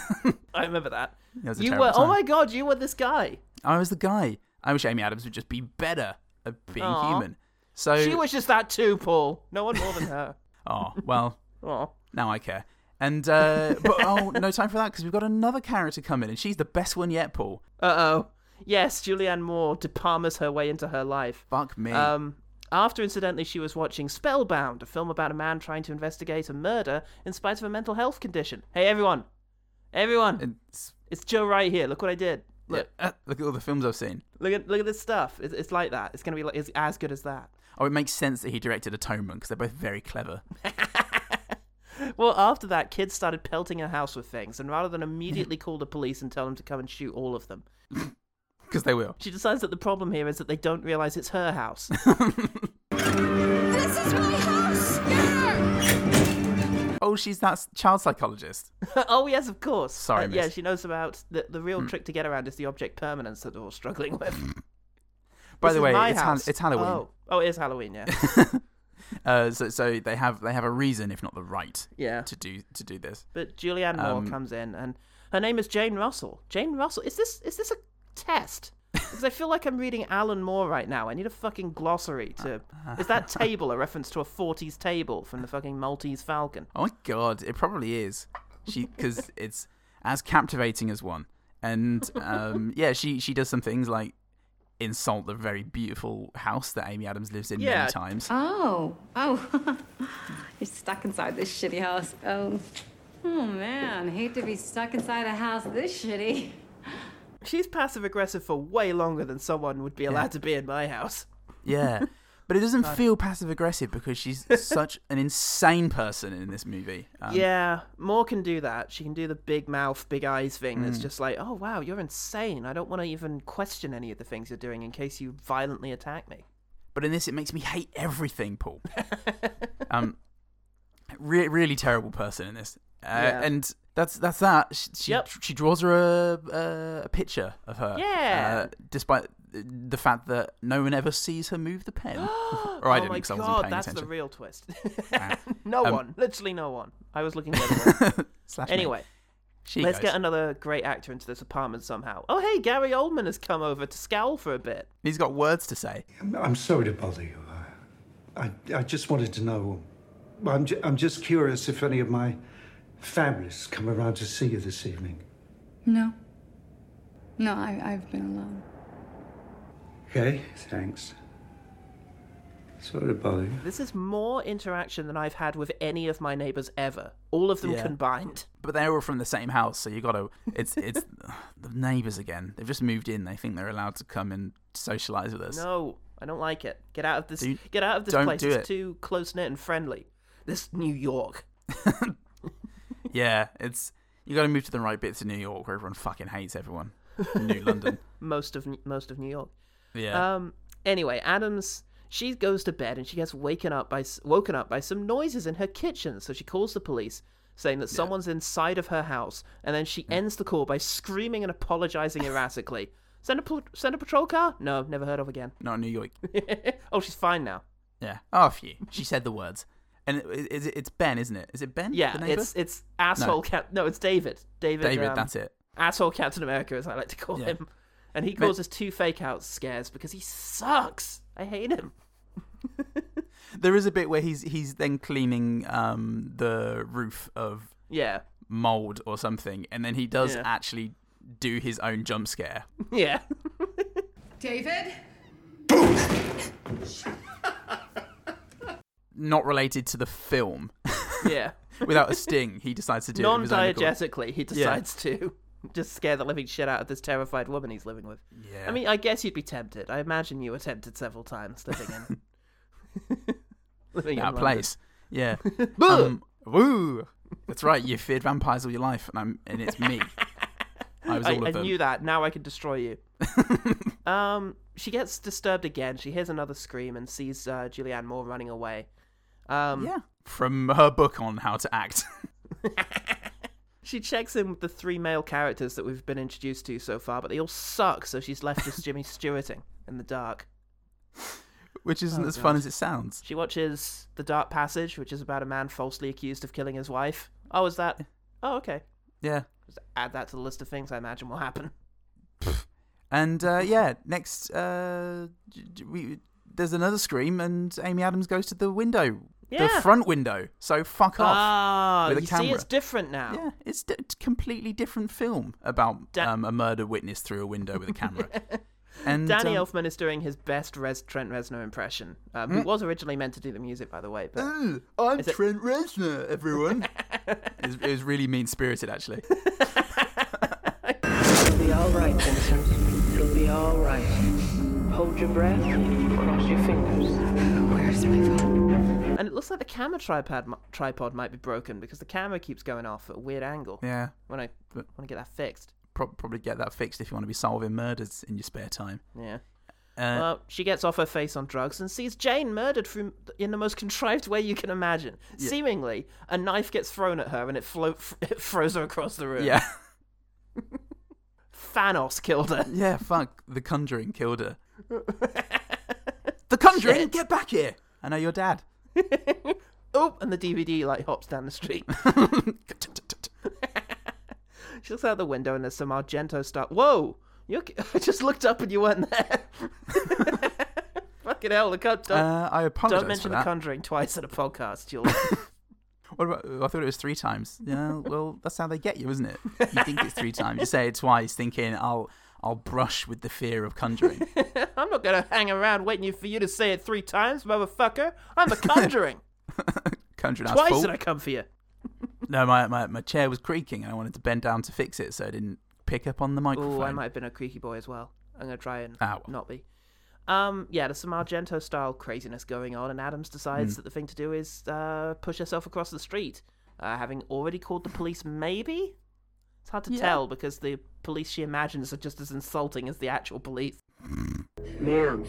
Speaker 1: I remember that.
Speaker 2: was a
Speaker 1: you
Speaker 2: terrible
Speaker 1: were. Oh
Speaker 2: time.
Speaker 1: my god, you were this guy.
Speaker 2: I was the guy. I wish Amy Adams would just be better at being
Speaker 1: Aw.
Speaker 2: human. So
Speaker 1: She was just that too, Paul. No one more than
Speaker 2: (laughs)
Speaker 1: her.
Speaker 2: oh well,
Speaker 1: Oh,
Speaker 2: now I care. And uh, but oh, no time for that because we've got another character coming, and she's the best one yet, Paul.
Speaker 1: uh oh. Yes, Julianne Moore de Palmas her way into her life.
Speaker 2: Fuck me.
Speaker 1: Um, after, incidentally, she was watching Spellbound, a film about a man trying to investigate a murder in spite of a mental health condition. Hey, everyone! Everyone!
Speaker 2: It's-
Speaker 1: It's Joe Wright here. Look what I did. Look,
Speaker 2: uh, look at all the films I've seen.
Speaker 1: look at look at this stuff. It's, it's like that. It's gonna be like, it's as good as that.
Speaker 2: Oh, it makes sense that he directed Atonement because they're both very clever.
Speaker 1: Well, after that, kids started pelting her house with things, and rather than immediately call the police and tell them to come and shoot all of them,
Speaker 2: Because they will.
Speaker 1: She decides that the problem here is that they don't realize it's her house.
Speaker 4: This is my house!
Speaker 2: Oh, she's that s- child psychologist.
Speaker 1: (laughs) oh yes, of course.
Speaker 2: Sorry,
Speaker 1: yeah,
Speaker 2: miss. Mm.
Speaker 1: she knows about the the real trick to get around is the object permanence that they're all struggling with.
Speaker 2: (laughs)
Speaker 1: (laughs)
Speaker 2: By
Speaker 1: This
Speaker 2: the
Speaker 1: is
Speaker 2: way,
Speaker 1: my
Speaker 2: it's, Hall-
Speaker 1: house.
Speaker 2: it's Halloween.
Speaker 1: Oh. oh, it is Halloween.
Speaker 2: (laughs)
Speaker 1: Yeah.
Speaker 2: Uh, so, so they have they have a reason, if not the right,
Speaker 1: Yeah.
Speaker 2: to do to do this.
Speaker 1: But Julianne Moore
Speaker 2: Um,
Speaker 1: comes in, and her name is Jane Russell. Jane Russell. Is this is this a
Speaker 2: (laughs)
Speaker 1: test? Because I feel like I'm reading Alan Moore right now. I need a fucking glossary
Speaker 2: (laughs)
Speaker 1: to. Is that table a reference to a '40s table from the fucking Maltese Falcon?
Speaker 2: Oh my god, it probably is. She because it's as captivating as one, and um, yeah, she she does some things like insult the very beautiful house that Amy Adams lives in
Speaker 9: Yeah.
Speaker 2: many times.
Speaker 9: Oh, (laughs) oh. You're stuck inside this shitty house. Oh. Oh man, hate to be stuck inside a house this shitty.
Speaker 1: She's passive aggressive for way longer than someone would be allowed to be in my house.
Speaker 2: Yeah, but it doesn't feel passive aggressive because she's such an insane person in this movie. Um,
Speaker 1: yeah, Moore can do that. She can do the big mouth, big eyes thing that's
Speaker 2: Mm.
Speaker 1: just like, oh wow, you're insane. I don't want to even question any of the things you're doing in case you violently attack me.
Speaker 2: But in this, it makes me hate everything,
Speaker 1: (laughs)
Speaker 2: Paul. um, re- really terrible person in this, uh,
Speaker 1: Yeah.
Speaker 2: and that's that's that. She she,
Speaker 1: Yep.
Speaker 2: she draws her a, a, a picture of her,
Speaker 1: Yeah.
Speaker 2: uh, despite the fact that no one ever sees her move the
Speaker 1: (gasps)
Speaker 2: pen. or I
Speaker 1: oh
Speaker 2: didn't
Speaker 1: my
Speaker 2: because I
Speaker 1: god,
Speaker 2: wasn't paying
Speaker 1: that's
Speaker 2: attention.
Speaker 1: the real twist. (laughs) no
Speaker 2: Um,
Speaker 1: one, literally no one. I was looking the
Speaker 2: (laughs)
Speaker 1: other way.
Speaker 2: Slash me.
Speaker 1: anyway,
Speaker 2: She
Speaker 1: let's
Speaker 2: goes.
Speaker 1: get another great actor into this apartment somehow. Oh hey, Gary Oldman has come over to scowl for a bit.
Speaker 2: He's got words to say.
Speaker 6: I'm sorry to bother you. I, I just wanted to know. I'm, ju- I'm just curious if any of my families come around to see you this evening.
Speaker 7: No. No, I, I've been alone.
Speaker 6: Okay, thanks. Sorry to bother you.
Speaker 1: This is more interaction than I've had with any of my neighbors ever. All of them
Speaker 2: Yeah.
Speaker 1: combined.
Speaker 2: But they're all from the same house, so you got to. It's
Speaker 1: (laughs)
Speaker 2: it's the neighbors again. They've just moved in. They think they're allowed to come and socialize with us.
Speaker 1: No, I don't like it. Get out of this.
Speaker 2: Dude,
Speaker 1: get out of this
Speaker 2: don't
Speaker 1: place.
Speaker 2: do
Speaker 1: it's
Speaker 2: it.
Speaker 1: too close knit and friendly. This New York.
Speaker 2: Yeah, it's you got to move to the right bits of New York where everyone fucking hates everyone.
Speaker 1: (laughs)
Speaker 2: New London.
Speaker 1: Most of most of New York.
Speaker 2: Yeah.
Speaker 1: Um. Anyway, Adams. She goes to bed and she gets waken up by s- woken up by some noises in her kitchen. So she calls the police, saying that someone's inside of her house. And then
Speaker 2: Hmm.
Speaker 1: she ends the call by screaming and
Speaker 2: (laughs)
Speaker 1: apologizing erratically. Send a pol- send a patrol car? No, never heard of again. (laughs)
Speaker 2: Not New York.
Speaker 1: oh, she's fine now.
Speaker 2: Yeah. Oh, phew. She said the words. And it, it's, it's Ben, isn't it? Is it Ben?
Speaker 1: Yeah,
Speaker 2: the neighbor?
Speaker 1: it's it's asshole
Speaker 2: No.
Speaker 1: cap. No, it's David. David.
Speaker 2: David,
Speaker 1: um,
Speaker 2: that's it.
Speaker 1: Asshole Captain America, as I like to call
Speaker 2: Yeah.
Speaker 1: him, and he
Speaker 2: Ma-
Speaker 1: causes two fake out scares because he sucks. I hate him.
Speaker 2: There is a bit where he's he's then cleaning um the roof of
Speaker 1: Yeah, (laughs)
Speaker 2: mold or something, and then he does
Speaker 1: Yeah.
Speaker 2: actually do his own jump scare.
Speaker 1: yeah.
Speaker 4: David?
Speaker 2: Not related to the film.
Speaker 1: Yeah.
Speaker 2: (laughs) Without
Speaker 1: (laughs)
Speaker 2: a sting, he decides to do it. of his own accord.
Speaker 1: Non-diegetically, he
Speaker 2: Yeah.
Speaker 1: decides to (laughs) just scare the living shit out of this terrified woman he's living with.
Speaker 2: Yeah.
Speaker 1: I mean, I guess you'd be tempted. I imagine you were tempted several times living
Speaker 2: (laughs)
Speaker 1: in (laughs) living in
Speaker 2: that
Speaker 1: London.
Speaker 2: place.
Speaker 1: (laughs)
Speaker 2: Yeah. um, woo. That's right. You feared vampires all your life, and I'm and it's
Speaker 1: (laughs)
Speaker 2: me. I was
Speaker 1: I,
Speaker 2: all of
Speaker 1: I
Speaker 2: them.
Speaker 1: knew that. Now I can destroy you. (laughs) um, she gets disturbed again. She hears another scream and sees uh, Julianne Moore running away. Um,
Speaker 2: Yeah. From her book on how to act. (laughs)
Speaker 1: She checks in with the three male characters that we've been introduced to so far, but they all suck, so she's left just Jimmy Stewarting in the dark.
Speaker 2: Which isn't
Speaker 1: Oh,
Speaker 2: as fun
Speaker 1: God.
Speaker 2: as it sounds.
Speaker 1: She watches The Dark Passage, which is about a man falsely accused of killing his wife. Oh, is that? Oh, okay.
Speaker 2: Yeah.
Speaker 1: Just add that to the list of things I imagine will happen.
Speaker 2: And uh, yeah, next uh, j- j- we there's another scream, and Amy Adams goes to the window,
Speaker 1: Yeah.
Speaker 2: the front window. So fuck off.
Speaker 1: (laughs) Ah,
Speaker 2: with a
Speaker 1: you see,
Speaker 2: camera.
Speaker 1: it's different now.
Speaker 2: yeah, it's a completely different film about
Speaker 1: Da-
Speaker 2: um, a murder witness through a window with a
Speaker 1: (laughs)
Speaker 2: camera. and
Speaker 1: Danny
Speaker 2: um,
Speaker 1: Elfman is doing his best Res- Trent Reznor impression. Um, He was originally meant to do the music, by the way, but
Speaker 2: "Oh, I'm
Speaker 1: Is it-
Speaker 2: Trent Reznor,
Speaker 1: (laughs)
Speaker 2: everyone. it, was, it was really mean spirited, actually.
Speaker 13: It'll be all right, Vincent. It'll be all right. Hold your breath. Cross your fingers. Where's my phone?
Speaker 1: and it looks like the camera tripod mi- tripod might be broken because the camera keeps going off at a weird angle.
Speaker 2: Yeah,
Speaker 1: When I
Speaker 2: But-
Speaker 1: want to get that fixed.
Speaker 2: pro- probably get that fixed if you want to be solving murders in your spare time.
Speaker 1: Yeah.
Speaker 2: Uh,
Speaker 1: well, she gets off her face on drugs and sees Jane murdered from in the most contrived way you can imagine.
Speaker 2: Yeah.
Speaker 1: Seemingly, a knife gets thrown at her and it float (laughs) it throws her across the room.
Speaker 2: Yeah.
Speaker 1: Thanos killed her.
Speaker 2: Yeah, fuck. The Conjuring killed her. the Conjuring,
Speaker 1: Shit.
Speaker 2: get back here! I know your dad.
Speaker 1: (laughs)
Speaker 2: (laughs)
Speaker 1: Oh, and the DVD like hops down the street. she looks out the window and there's some Argento stuff. Whoa, you okay? (laughs) I just looked up and you weren't there. (laughs) Fucking hell! Look up. Don't,
Speaker 2: Uh, I apologise
Speaker 1: Don't mention
Speaker 2: for that.
Speaker 1: The Conjuring twice in a podcast. You'll. (laughs)
Speaker 2: What about? I thought it was three times. Yeah, well, that's how they get you, isn't it? You think it's three times. You say it twice, thinking I'll I'll brush with the fear
Speaker 1: (laughs)
Speaker 2: of conjuring.
Speaker 1: I'm not gonna hang around waiting for you to say it three times, motherfucker. I'm
Speaker 2: (laughs)
Speaker 1: The Conjuring.
Speaker 2: Conjuring ass
Speaker 1: twice
Speaker 2: fool.
Speaker 1: did I come for you.
Speaker 2: No, my, my my chair was creaking, and I wanted to bend down to fix it, so I didn't pick up on the microphone.
Speaker 1: Oh, I might have been a creaky boy as well. I'm gonna try and
Speaker 2: Ah, well.
Speaker 1: not be. Um, yeah, there's some Argento style craziness going on, and Adams decides
Speaker 2: Mm.
Speaker 1: that the thing to do is uh, push herself across the street, uh, having already called the police. Maybe it's hard to
Speaker 13: Yeah.
Speaker 1: tell because the police she imagines are just as insulting as the actual police.
Speaker 13: Ma'am,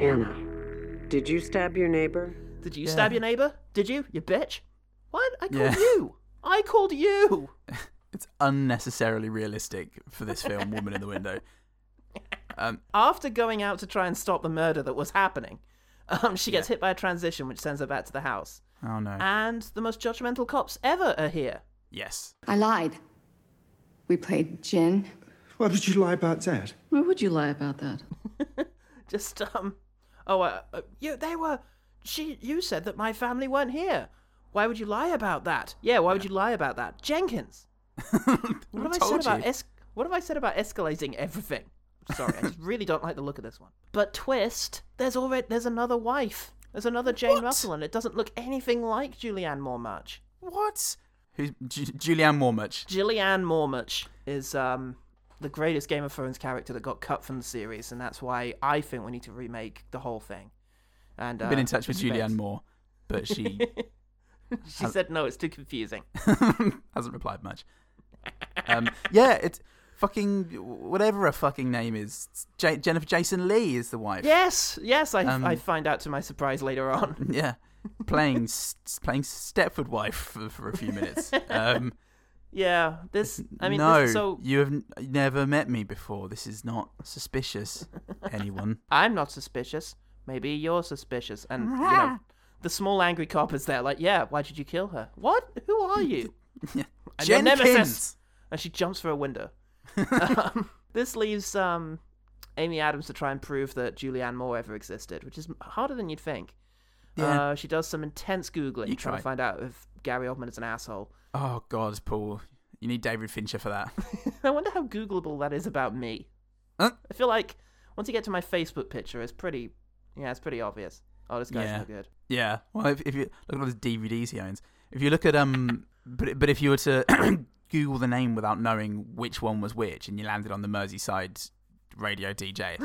Speaker 13: Anna, did you stab your neighbor?
Speaker 1: Did you stab your neighbor? Did you? You bitch! What? I called
Speaker 2: Yeah.
Speaker 1: you. I called you.
Speaker 2: It's unnecessarily realistic for this film, Woman in
Speaker 1: (laughs)
Speaker 2: the Window. Um,
Speaker 1: After going out to try and stop the murder that was happening, um, she gets hit by a transition, which sends her back to the house.
Speaker 2: oh no.
Speaker 1: And the most judgmental cops ever are here. (laughs)
Speaker 2: Yes.
Speaker 7: I lied. We played gin.
Speaker 6: Why would you lie about that?
Speaker 7: Why would you lie about that?
Speaker 1: Just um, oh, uh, uh, you they were. She, you said that my family weren't here. Why would you lie about that? Yeah, why would you lie about that, Jenkins? what have I said
Speaker 13: told
Speaker 1: about
Speaker 13: you.
Speaker 1: es- What have I said about escalating everything? Sorry, I
Speaker 13: (laughs)
Speaker 1: just really don't like the look of this one. But twist, there's already there's another wife. There's another Jane Russell, and it doesn't look anything like Julianne Moore much.
Speaker 2: What? Who's Ju- Julianne Moormuch?
Speaker 1: Gillian Mormuch is um, the greatest Game of Thrones character that got cut from the series, and that's why I think we need to remake the whole thing. And uh,
Speaker 2: I've been in touch with
Speaker 1: respect.
Speaker 2: Julianne Moore,
Speaker 1: (laughs)
Speaker 2: but she (laughs)
Speaker 1: she said no, it's too confusing.
Speaker 2: hasn't replied much. Um, yeah, it's fucking whatever her fucking name is. J- Jennifer Jason Lee is the wife.
Speaker 1: yes, yes, I,
Speaker 2: Um,
Speaker 1: I find out to my surprise later on.
Speaker 2: (laughs) Yeah, playing s- playing Stepford wife for, for a
Speaker 1: (laughs)
Speaker 2: few minutes. Um,
Speaker 1: Yeah, this. I mean,
Speaker 2: no,
Speaker 1: this, so
Speaker 2: you have n- never met me before. This is not suspicious.
Speaker 1: (laughs)
Speaker 2: Anyone?
Speaker 1: I'm not suspicious. Maybe you're suspicious, and you
Speaker 2: (laughs)
Speaker 1: know, the small angry cop is there, like, yeah, why did you kill her? What? Who are you? I'm
Speaker 2: (laughs)
Speaker 1: your nemesis.
Speaker 2: Jenkins!
Speaker 1: And she jumps through a
Speaker 2: (laughs)
Speaker 1: window. um, this leaves um, Amy Adams to try and prove that Julianne Moore ever existed, which is harder than you'd think.
Speaker 2: Yeah.
Speaker 1: Uh, she does some intense googling
Speaker 2: You
Speaker 1: trying
Speaker 2: try.
Speaker 1: to find out if Gary Oldman is an asshole.
Speaker 2: Oh God, Paul, you need David Fincher for that. (laughs)
Speaker 1: I wonder how Googleable that is about me.
Speaker 2: Huh?
Speaker 1: I feel like once you get to my Facebook picture, it's pretty, yeah, it's pretty obvious. Oh, this guy's
Speaker 2: yeah.
Speaker 1: no good.
Speaker 2: Yeah. Well, if, if you look at all those DVDs he owns, if you look at um, but but if you were to (coughs) Google the name without knowing which one was which, and you landed on the Merseyside
Speaker 1: (laughs)
Speaker 2: radio DJ,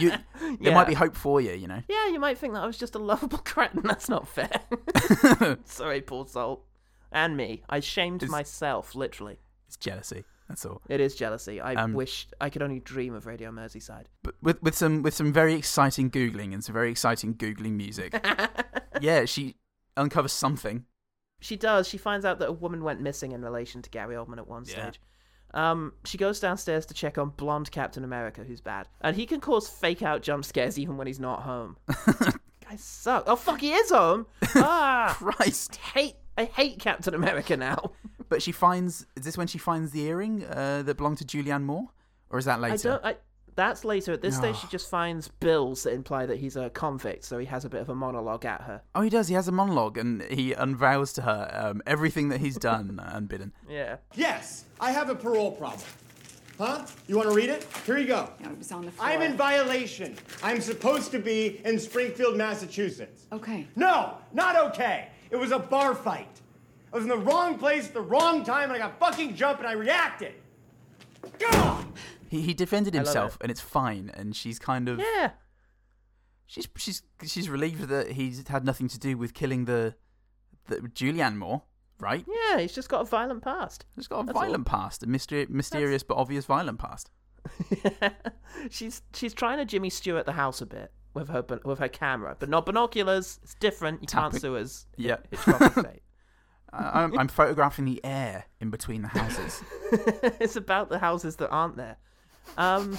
Speaker 2: you, there
Speaker 1: Yeah.
Speaker 2: might be hope for you. You know. (laughs)
Speaker 1: Yeah, you might think that I was just a lovable (laughs) cretin. That's not fair. (laughs) Sorry, Paul Salt. And me. I shamed
Speaker 2: It's-
Speaker 1: myself, literally.
Speaker 2: It's jealousy. That's all.
Speaker 1: It is jealousy. I
Speaker 2: Um,
Speaker 1: wish I could only dream of Radio Merseyside.
Speaker 2: But with with some with some very exciting googling and some very exciting
Speaker 1: (laughs)
Speaker 2: googling music. yeah, she uncovers something.
Speaker 1: She does. She finds out that a woman went missing in relation to Gary Oldman at one
Speaker 2: Yeah.
Speaker 1: stage. Um, she goes downstairs to check on blonde Captain America, who's bad, and he can cause fake out jump scares even when he's not
Speaker 2: (laughs)
Speaker 1: home. Guys suck. Oh fuck, he is home. Ah,
Speaker 2: Christ.
Speaker 1: I hate. I hate Captain America
Speaker 2: (laughs)
Speaker 1: now.
Speaker 2: But she finds is this when she finds the earring uh, that belonged to Julianne Moore, or is that later?
Speaker 1: I don't. uh I, that's later. At this stage, she
Speaker 2: Ah.
Speaker 1: just finds bills that imply that he's a convict, so he has a bit of a monologue at her.
Speaker 2: Oh, he does. He has a monologue, and he unveils to her um, everything that he's
Speaker 1: (laughs)
Speaker 2: done unbidden.
Speaker 1: Yeah.
Speaker 2: (laughs)
Speaker 14: Yes, I have a parole problem. Huh? You want to read it? Here you go.
Speaker 7: It was on the floor.
Speaker 14: I'm in violation. I'm supposed to be in Springfield, Massachusetts.
Speaker 7: Okay.
Speaker 14: No, not okay. It was a bar fight. I was in the wrong place at the wrong time, and I got fucking jumped, and I reacted.
Speaker 2: He he defended
Speaker 1: I love
Speaker 2: himself, and it's fine. And she's kind of
Speaker 1: Yeah.
Speaker 2: she's she's she's relieved that he's had nothing to do with killing the, the Julianne Moore, right?
Speaker 1: Yeah, he's just got a violent past.
Speaker 2: He's got a violent past, a myster- mysterious but obvious violent past.
Speaker 1: (laughs) She's she's trying to Jimmy Stewart the house a bit with her bin- with her camera, but not binoculars. It's different. You
Speaker 2: Tapping-
Speaker 1: can't sue us. (laughs)
Speaker 2: Yeah. (laughs)
Speaker 1: Hitchcock is fake. (laughs)
Speaker 2: I- (laughs) I'm, I'm photographing the air in between the (laughs) houses.
Speaker 1: it's about the houses that aren't there. Um,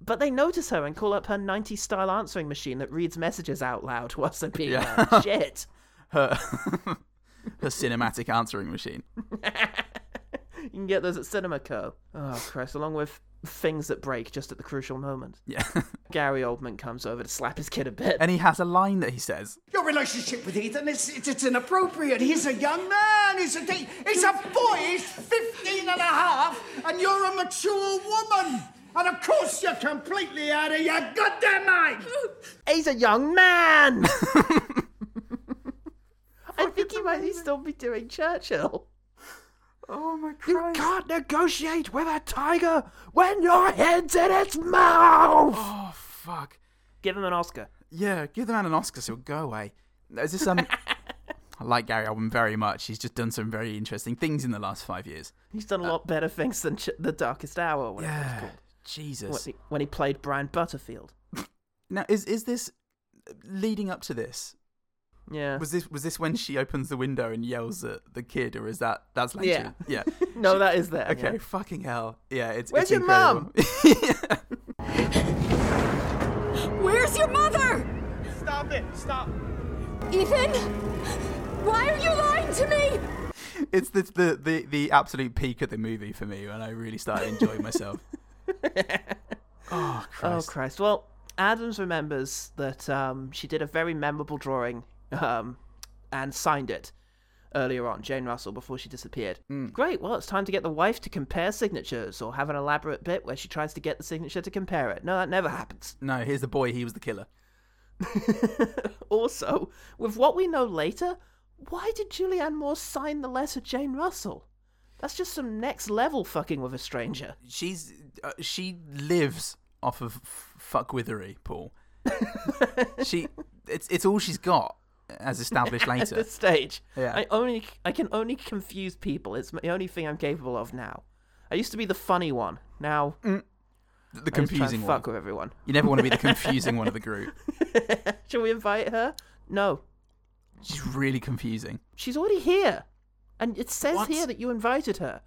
Speaker 1: but they notice her and call up her 90s style answering machine that reads messages out loud (laughs) whilst they're being
Speaker 2: Yeah. (laughs)
Speaker 1: loud. Shit.
Speaker 2: Her, (laughs) her cinematic answering machine.
Speaker 1: You can get those at CinemaCo. Oh, Christ, along with things that break just at the crucial moment.
Speaker 2: Yeah. (laughs)
Speaker 1: Gary Oldman comes over to slap his kid a bit.
Speaker 2: And he has a line that he says.
Speaker 15: Your relationship with Ethan is it's, it's inappropriate. He's a young man. He's a teen. He's a boy. He's 15 and a half, and you're a mature woman. And of course, you're completely out of your goddamn mind.
Speaker 1: He's a young man.
Speaker 2: (laughs)
Speaker 1: I think he might still be doing Churchill.
Speaker 2: Oh my Christ.
Speaker 15: You can't negotiate with a tiger when your head's in its mouth.
Speaker 2: Oh fuck!
Speaker 1: Give him an Oscar.
Speaker 2: Yeah, give the man an Oscar, so he'll go away. No, Is this um? (laughs) I like Gary Oldman very much. He's just done some very interesting things in the last five years.
Speaker 1: He's done a lot better things than Ch- The Darkest Hour. Or whatever it's called.
Speaker 2: Jesus.
Speaker 1: When he, when he played Brian Butterfield.
Speaker 2: Now, is is this leading up to this?
Speaker 1: Yeah.
Speaker 2: Was this was this when she opens the window and yells at the kid, or is that that's later?
Speaker 1: Yeah.
Speaker 2: Yeah. (laughs)
Speaker 1: No, that is there,
Speaker 2: Okay.
Speaker 1: yeah.
Speaker 2: Fucking hell. Yeah. It's
Speaker 1: Where's
Speaker 2: it's
Speaker 1: your
Speaker 2: incredible.
Speaker 1: mum?
Speaker 16: Where's your mother?
Speaker 14: Stop it! Stop!
Speaker 16: Ethan? Why are you lying to me?
Speaker 2: (laughs) it's the, the the the absolute peak of the movie for me when I really started
Speaker 1: (laughs)
Speaker 2: enjoying myself. oh Christ.
Speaker 1: Oh Christ! Well, Adams remembers that um, she did a very memorable drawing um, and signed it earlier on, Jane Russell, before she disappeared. Great. Well, it's time to get the wife to compare signatures or have an elaborate bit where she tries to get the signature to compare it. No, that never happens. (laughs)
Speaker 2: No, here's the boy. He was the killer.
Speaker 1: Also, with what we know later, why did Julianne Moore sign the letter Jane Russell? That's just some next level fucking with a stranger.
Speaker 2: She's uh, she lives off of f- fuckwithery,
Speaker 1: (laughs)
Speaker 2: Paul. she it's it's all she's got, as established
Speaker 1: At
Speaker 2: later.
Speaker 1: this stage,
Speaker 2: Yeah.
Speaker 1: I only I can only confuse people. It's the only thing I'm capable of now. I used to be the funny one. Now
Speaker 2: Mm.
Speaker 1: I
Speaker 2: the
Speaker 1: just try and
Speaker 2: confusing one.
Speaker 1: fuck with everyone.
Speaker 2: You never want to be the confusing
Speaker 1: (laughs)
Speaker 2: one of the group.
Speaker 1: Shall we invite her? No,
Speaker 2: She's really confusing.
Speaker 1: she's already here, and it says
Speaker 2: What?
Speaker 1: here that you invited her.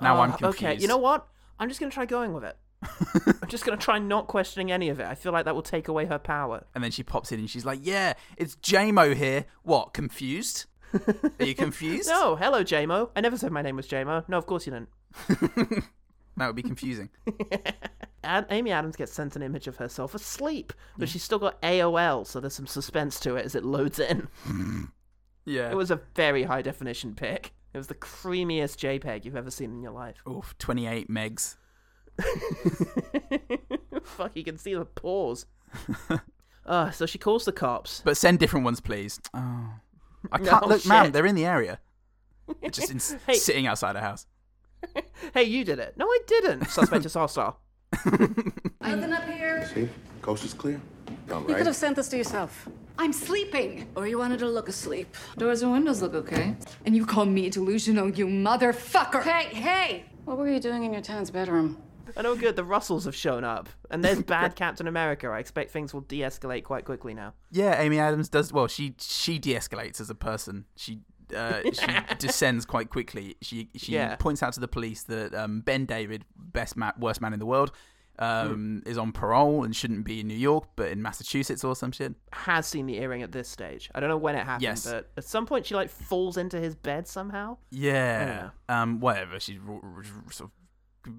Speaker 2: Now I'm
Speaker 1: Ah, Okay, you
Speaker 2: confused.
Speaker 1: know what? I'm just gonna try going with
Speaker 2: (laughs)
Speaker 1: it. I'm just gonna try not questioning any of it. I feel like that will take away her power.
Speaker 2: And then she pops in and she's like, "Yeah, it's JMO here. What? Confused?
Speaker 1: (laughs)
Speaker 2: Are you confused?
Speaker 1: No, hello, JMO. I never said my name was JMO. No, of course you didn't.
Speaker 2: That would be
Speaker 1: (laughs)
Speaker 2: confusing.
Speaker 1: Ad- Amy Adams gets sent an image of herself asleep, but she's still got AOL, so there's some suspense to it as it loads in.
Speaker 2: yeah.
Speaker 1: It was a very high definition pic. It was the creamiest JPEG you've ever seen in your
Speaker 2: (laughs)
Speaker 1: life.
Speaker 2: Oof, 28 megs.
Speaker 1: Fuck, you can see the
Speaker 2: (laughs)
Speaker 1: pores. uh, so she calls the cops.
Speaker 2: But send different ones, please. Oh. I
Speaker 1: No,
Speaker 2: can't look, ma'am.
Speaker 1: shit.
Speaker 2: They're in the area. They're just
Speaker 1: (laughs)
Speaker 2: in,
Speaker 1: Hey.
Speaker 2: sitting outside a house.
Speaker 1: Hey, you did it. No, I didn't. Suspect is
Speaker 2: (laughs)
Speaker 1: hostile.
Speaker 4: Nothing up here.
Speaker 5: See? Coast is clear. All
Speaker 4: You
Speaker 5: right.
Speaker 4: could have
Speaker 9: sent this to yourself.
Speaker 4: I'm sleeping.
Speaker 9: Or you wanted to look asleep.
Speaker 7: Doors and windows look okay. And you call me delusional, you motherfucker.
Speaker 9: Hey, hey! What were you doing in your town's bedroom?
Speaker 1: And oh, good, the Russells have shown up. And there's bad Captain America. I expect things will de escalate quite quickly now.
Speaker 2: Yeah, Amy Adams does well. She she de-escalates as a person. She
Speaker 1: (laughs)
Speaker 2: uh, she descends quite quickly. She she
Speaker 1: Yeah.
Speaker 2: points out to the police that um, Ben David, best ma- worst man in the world,
Speaker 1: Hmm.
Speaker 2: um, is on parole and shouldn't be in New York, but in Massachusetts or some shit.
Speaker 1: Has seen the earring at this stage. I don't know when it happened,
Speaker 2: Yes.
Speaker 1: but at some point she like falls into his bed somehow.
Speaker 2: Yeah. Um. Whatever. She's ro- ro- ro- sort of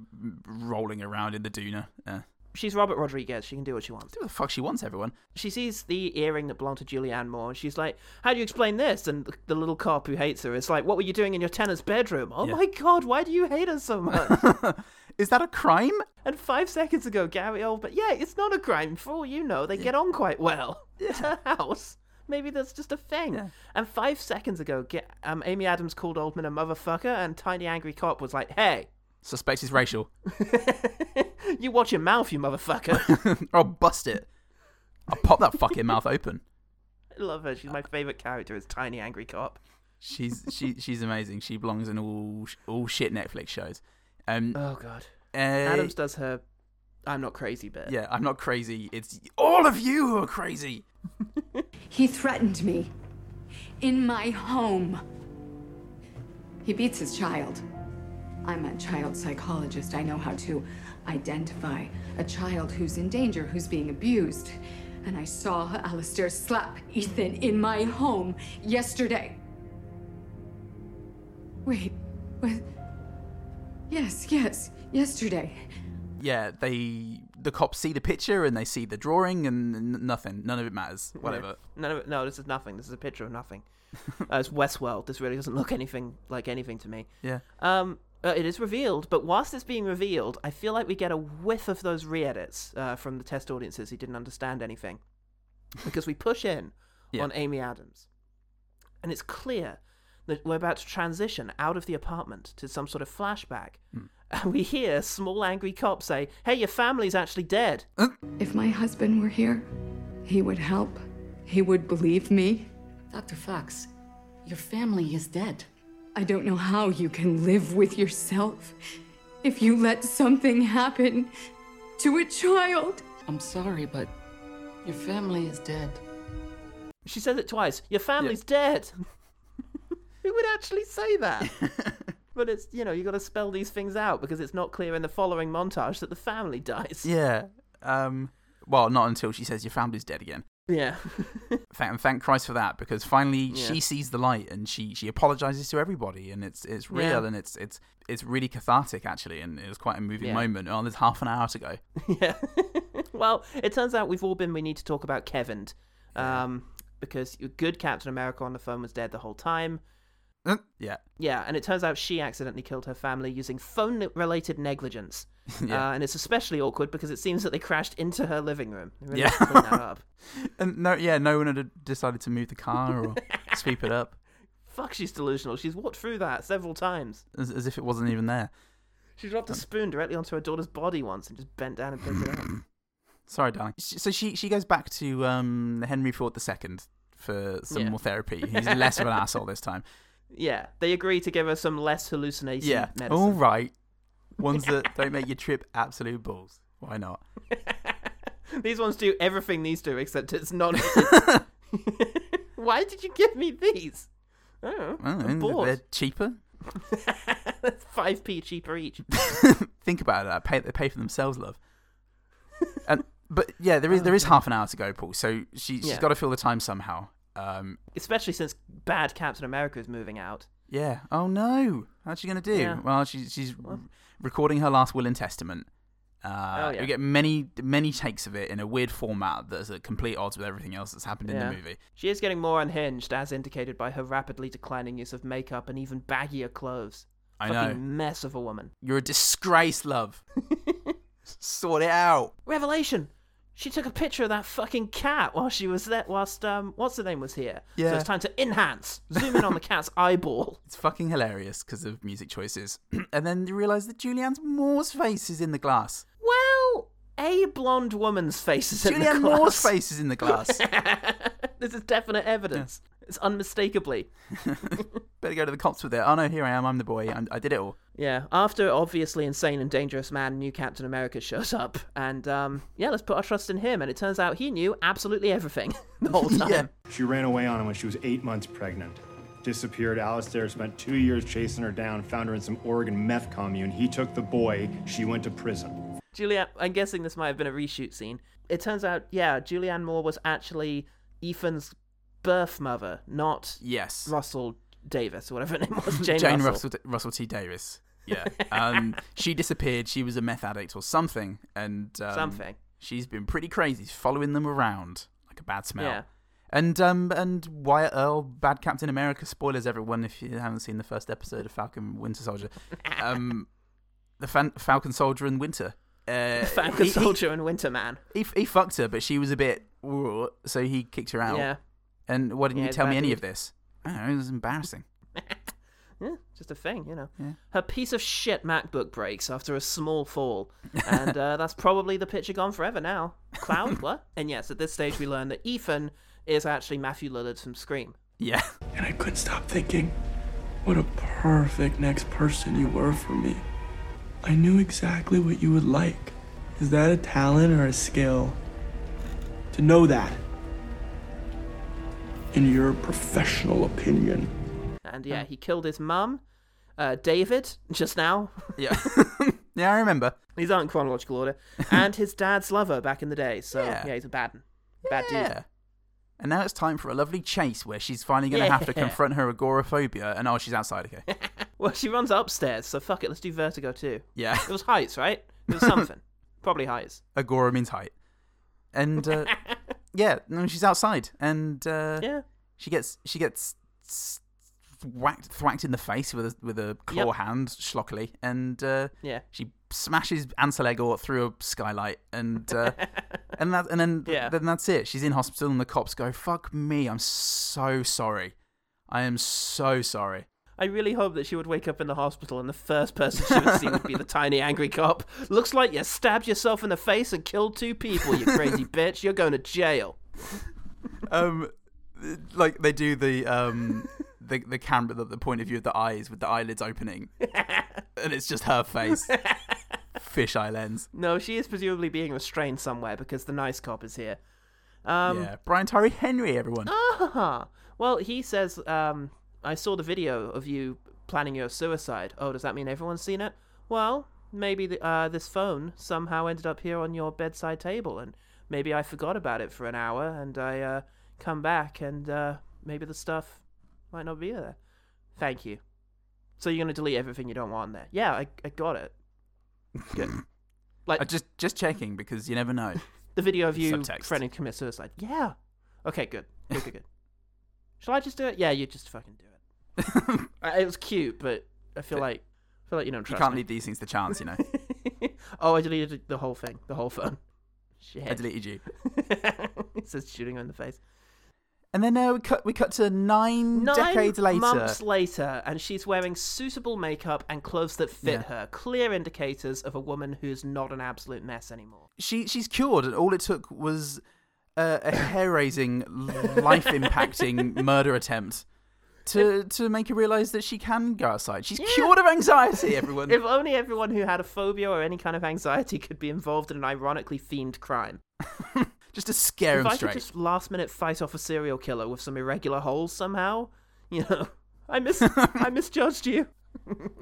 Speaker 2: rolling around in the doona. Yeah.
Speaker 1: She's Robert Rodriguez. She can do what she wants.
Speaker 2: Do what the fuck she wants, everyone.
Speaker 1: She sees the earring that belonged to Julianne Moore, and she's like, "How do you explain this?" And the, the little cop who hates her is like, "What were you doing in your tenant's bedroom? Oh
Speaker 2: Yeah.
Speaker 1: my god, why do you hate us so much?"
Speaker 2: (laughs) Is that a crime?
Speaker 1: and five seconds ago, Gary Oldman, yeah, it's not a crime. For all you know, they get on quite well. (laughs) It's her house. Maybe that's just a thing. And five seconds ago, Ga- um, Amy Adams called Oldman a motherfucker, and Tiny Angry Cop was like, "Hey, (laughs)
Speaker 2: Suspect is racial. (laughs)
Speaker 1: you watch your mouth, you motherfucker." (laughs)
Speaker 2: I'll bust it. I'll pop that fucking mouth open.
Speaker 1: I love her. She's my favorite character. Is Tiny Angry Cop.
Speaker 2: She's she she's amazing. She belongs in all all shit Netflix shows. Um,
Speaker 1: oh god.
Speaker 2: uh,
Speaker 1: Adams does her I'm not crazy bit.
Speaker 2: Yeah, I'm not crazy. It's all of you who are crazy.
Speaker 7: He threatened me in my home. He beats his child. I'm a child psychologist. I know how to identify a child who's in danger, who's being abused. And I saw Alistair slap Ethan in my home yesterday. Wait, what? Yes, yes, yesterday.
Speaker 2: Yeah, they the cops see the picture and they see the drawing and n- nothing. None of it matters. Whatever.
Speaker 1: None of it, no, this is nothing. This is a picture of nothing. (laughs) uh, it's Westworld. This really doesn't look anything like anything to me.
Speaker 2: Yeah.
Speaker 1: Um, uh, it is revealed, but whilst it's being revealed, I feel like we get a whiff of those re-edits uh, from the test audiences who didn't understand anything, because we push in
Speaker 2: Yeah.
Speaker 1: on Amy Adams, and it's clear that we're about to transition out of the apartment to some sort of flashback, and we hear small angry cop say, "Hey, your family's actually dead."
Speaker 7: If my husband were here, he would help. He would believe me.
Speaker 17: Dr. Fox, your family is dead.
Speaker 7: I don't know how you can live with yourself if you let something happen to a child.
Speaker 17: I'm sorry, but your family is dead.
Speaker 1: She says it twice. Your family's dead. (laughs) Who would actually say that? (laughs) but it's you know you got to spell these things out because it's not clear in the following montage that the family dies.
Speaker 2: Yeah. Um. Well, not until she says your family's dead again.
Speaker 1: (laughs) Yeah.
Speaker 2: Thank, and thank Christ for that because finally
Speaker 1: Yeah.
Speaker 2: she sees the light and she she apologizes to everybody and it's it's real
Speaker 1: Yeah.
Speaker 2: and it's it's it's really cathartic actually and it was quite a moving
Speaker 1: Yeah.
Speaker 2: moment. Oh, there's half an hour to go.
Speaker 1: (laughs) well, it turns out we've all been. We need to talk about Kevin, um, because your good Captain America on the phone was dead the whole time.
Speaker 2: Yeah.
Speaker 1: Yeah, and it turns out she accidentally killed her family using phone-related (laughs) negligence.
Speaker 2: Yeah.
Speaker 1: Uh, and it's especially awkward because it seems that they crashed into her living room. They really
Speaker 2: Yeah.
Speaker 1: have to clean that up.
Speaker 2: And no, yeah, no one had decided to move the
Speaker 1: (laughs)
Speaker 2: car or sweep it up
Speaker 1: Fuck, she's delusional. She's walked through that several times.
Speaker 2: as, as if it wasn't even there.
Speaker 1: She dropped a spoon directly onto her daughter's body once and just bent down and picked it up. (laughs)
Speaker 2: Sorry, darling. Sh- So she she goes back to um Henry Ford II for some
Speaker 1: Yeah.
Speaker 2: more therapy. He's less of an asshole this time.
Speaker 1: Yeah, they agree to give her (laughs) some less hallucination
Speaker 2: Yeah.
Speaker 1: medicine.
Speaker 2: All right.
Speaker 1: (laughs)
Speaker 2: Ones that don't make you trip absolute balls. Why not? Oh.
Speaker 1: (laughs) These ones do everything these do, except it's
Speaker 2: (laughs)
Speaker 1: not. (laughs) Why did you give me these? Oh,
Speaker 2: I
Speaker 1: I'm
Speaker 2: don't know,
Speaker 1: bored.
Speaker 2: they're cheaper.
Speaker 1: (laughs) Five p cheaper each. (laughs)
Speaker 2: (laughs) Think about that. Pay they pay for themselves, love. And but yeah, there is there is half an hour to go, Paul. So she she's
Speaker 1: Yeah.
Speaker 2: got to fill the time somehow. Um,
Speaker 1: Especially since bad Captain America is moving out.
Speaker 2: yeah. Oh no, how's she gonna do?
Speaker 1: Yeah.
Speaker 2: Well, she's she's r recording her last will and testament. Uh,
Speaker 1: Oh, yeah.
Speaker 2: We get many many takes of it in a weird format that's at complete odds with everything else that's happened in
Speaker 1: Yeah.
Speaker 2: the movie.
Speaker 1: She is getting more unhinged, as indicated by her rapidly declining use of makeup and even baggier clothes.
Speaker 2: I
Speaker 1: Fucking
Speaker 2: know.
Speaker 1: mess of a woman.
Speaker 2: You're a
Speaker 1: (laughs)
Speaker 2: disgrace, love. sort it out.
Speaker 1: Revelation. She took a picture of that fucking cat while she was there. Whilst um, what's the name was here. So
Speaker 2: Yeah.
Speaker 1: it's time to enhance. Zoom in on the cat's (laughs) eyeball.
Speaker 2: It's fucking hilarious because of music choices. (clears throat) and then you realise that Julianne's Moore's face is in the glass.
Speaker 1: Well, a blonde woman's face is in the
Speaker 2: Julianne
Speaker 1: glass.
Speaker 2: Moore's face is in the glass.
Speaker 1: (laughs) this is definite evidence. It's unmistakably.
Speaker 2: Better go to the cops with it. Oh no, here I am. I'm the boy. I'm, I
Speaker 1: (laughs)
Speaker 2: did it all.
Speaker 1: Yeah. After obviously insane and dangerous man, new Captain America shows up, and um, yeah, let's put our trust in him. And it turns out he knew absolutely everything (laughs) the whole
Speaker 2: (laughs)
Speaker 1: time.
Speaker 12: She ran away on him when she was eight months pregnant. Disappeared. Alistair spent two years chasing her down, found her in some Oregon meth commune. He took the boy. She went to prison.
Speaker 1: Julianne, I'm guessing this might have been a reshoot scene. It turns out, yeah, Julianne Moore was actually Ethan's birth mother, not
Speaker 2: yes
Speaker 1: Russell Davis or whatever her name
Speaker 2: (laughs)
Speaker 1: was. Jane, Russell.
Speaker 2: Russell. Russell, T. Davis. Yeah.
Speaker 1: (laughs)
Speaker 2: Um, she disappeared. She was a meth addict or something. And um,
Speaker 1: Something.
Speaker 2: She's been pretty crazy, following them around like a bad smell.
Speaker 1: Yeah.
Speaker 2: And um and Wyatt Earl, Bad Captain America. Spoilers, everyone, if you haven't seen the first episode of Falcon
Speaker 1: (laughs)
Speaker 2: Winter Soldier. Um, the fan- Falcon Soldier and Winter.
Speaker 1: (laughs)
Speaker 2: Uh,
Speaker 1: Falcon
Speaker 2: he- he-
Speaker 1: Soldier and Winter Man.
Speaker 2: He, he fucked her, but she was a bit, "Whoa," so he kicked her out.
Speaker 1: Yeah.
Speaker 2: And why didn't
Speaker 1: Yeah,
Speaker 2: you tell me
Speaker 1: bad
Speaker 2: any
Speaker 1: dude.
Speaker 2: of this? I don't know, it was embarrassing.
Speaker 1: Yeah, just a thing, you know.
Speaker 2: Yeah.
Speaker 1: Her piece of shit MacBook breaks after a small
Speaker 2: (laughs)
Speaker 1: fall, and uh, that's probably the picture gone forever now. (laughs) Cloud, what? And yes, at this stage we learn that Ethan is actually Matthew Lillard from Scream.
Speaker 2: Yeah.
Speaker 18: and I couldn't stop thinking, what a perfect next person you were for me. I knew exactly what you would like. Is that a talent or a skill? To know that. In your professional opinion.
Speaker 1: And yeah,
Speaker 2: Hmm.
Speaker 1: he killed his mum, uh, David, just now.
Speaker 2: (laughs) Yeah. (laughs) yeah, I remember.
Speaker 1: These aren't chronological order. And his dad's lover back in the day. So yeah, he's a bad, bad dude.
Speaker 2: And now it's time for a lovely chase where she's finally going
Speaker 1: (laughs)
Speaker 2: to have to
Speaker 1: Yeah.
Speaker 2: confront her agoraphobia. And oh, she's outside. Okay.
Speaker 1: (laughs) Well, she runs upstairs, so fuck it, let's do Vertigo too.
Speaker 2: Yeah.
Speaker 1: It was heights, right? It was something. Probably heights.
Speaker 2: Agora means height.
Speaker 1: (laughs)
Speaker 2: And uh, yeah, no, she's outside, and uh,
Speaker 1: Yeah.
Speaker 2: she gets she gets s- whacked thwacked in the face with a with a claw
Speaker 1: Yep.
Speaker 2: hand, schlockily, and uh,
Speaker 1: Yeah.
Speaker 2: she smashes Ansel Elgort through a skylight,
Speaker 1: (laughs)
Speaker 2: and uh, and that and then then that's it. She's in hospital, and the cops go, "Fuck me, I'm so sorry, I am so sorry."
Speaker 1: I really hope that she would wake up in the hospital and the first person she would see would be the tiny angry cop. Looks like you stabbed yourself in the face and killed two people, you crazy bitch. You're going to jail.
Speaker 2: um like they do the um the the camera the, the point of view of the eyes with the
Speaker 1: (laughs)
Speaker 2: eyelids opening and it's just her face fisheye lens
Speaker 1: No, she is presumably being restrained somewhere because the nice cop is here. Um,
Speaker 2: yeah brian tyree henry everyone
Speaker 1: Ah, well, he says, um, I saw the video of you planning your suicide. Oh, does that mean everyone's seen it? Well, maybe the, uh, this phone somehow ended up here on your bedside table, and maybe I forgot about it for an hour, and I uh, come back, and uh, maybe the stuff might not be there. Thank you. So you're going to delete everything you don't want there? Yeah, I, I got it. Good. Like
Speaker 2: Uh, just just checking because you never know (laughs)
Speaker 1: the video of you
Speaker 2: Subtext.
Speaker 1: threatening to commit suicide. Yeah. Okay, good. Good, good, (laughs) good. Shall I just do it? Yeah, you just fucking do it. Uh, it was cute, but I feel like I feel like you don't
Speaker 2: you
Speaker 1: trust
Speaker 2: can't
Speaker 1: me. (laughs)
Speaker 2: leave these things to chance you know
Speaker 1: oh, I deleted the whole thing, the whole phone. (laughs) Shit.
Speaker 2: i deleted you
Speaker 1: (laughs) it says shooting her in the face.
Speaker 2: and then uh, we cut we cut to nine,
Speaker 1: Nine
Speaker 2: Mm, decades later
Speaker 1: months later, and she's wearing suitable makeup and clothes that fit
Speaker 2: Yeah.
Speaker 1: her. Clear indicators of a woman who's not an absolute mess anymore.
Speaker 2: she she's cured, and all it took was uh, a hair raising,
Speaker 1: (laughs)
Speaker 2: life impacting murder attempt to to make her realize that she can go outside. She's cured of anxiety, everyone.
Speaker 1: If only everyone who had a phobia or any kind of anxiety could be involved in an ironically themed crime.
Speaker 2: just to scare
Speaker 1: if
Speaker 2: him
Speaker 1: I
Speaker 2: straight.
Speaker 1: could just last minute fight off a serial killer with some irregular holes somehow, (laughs) you know, I mis I misjudged you.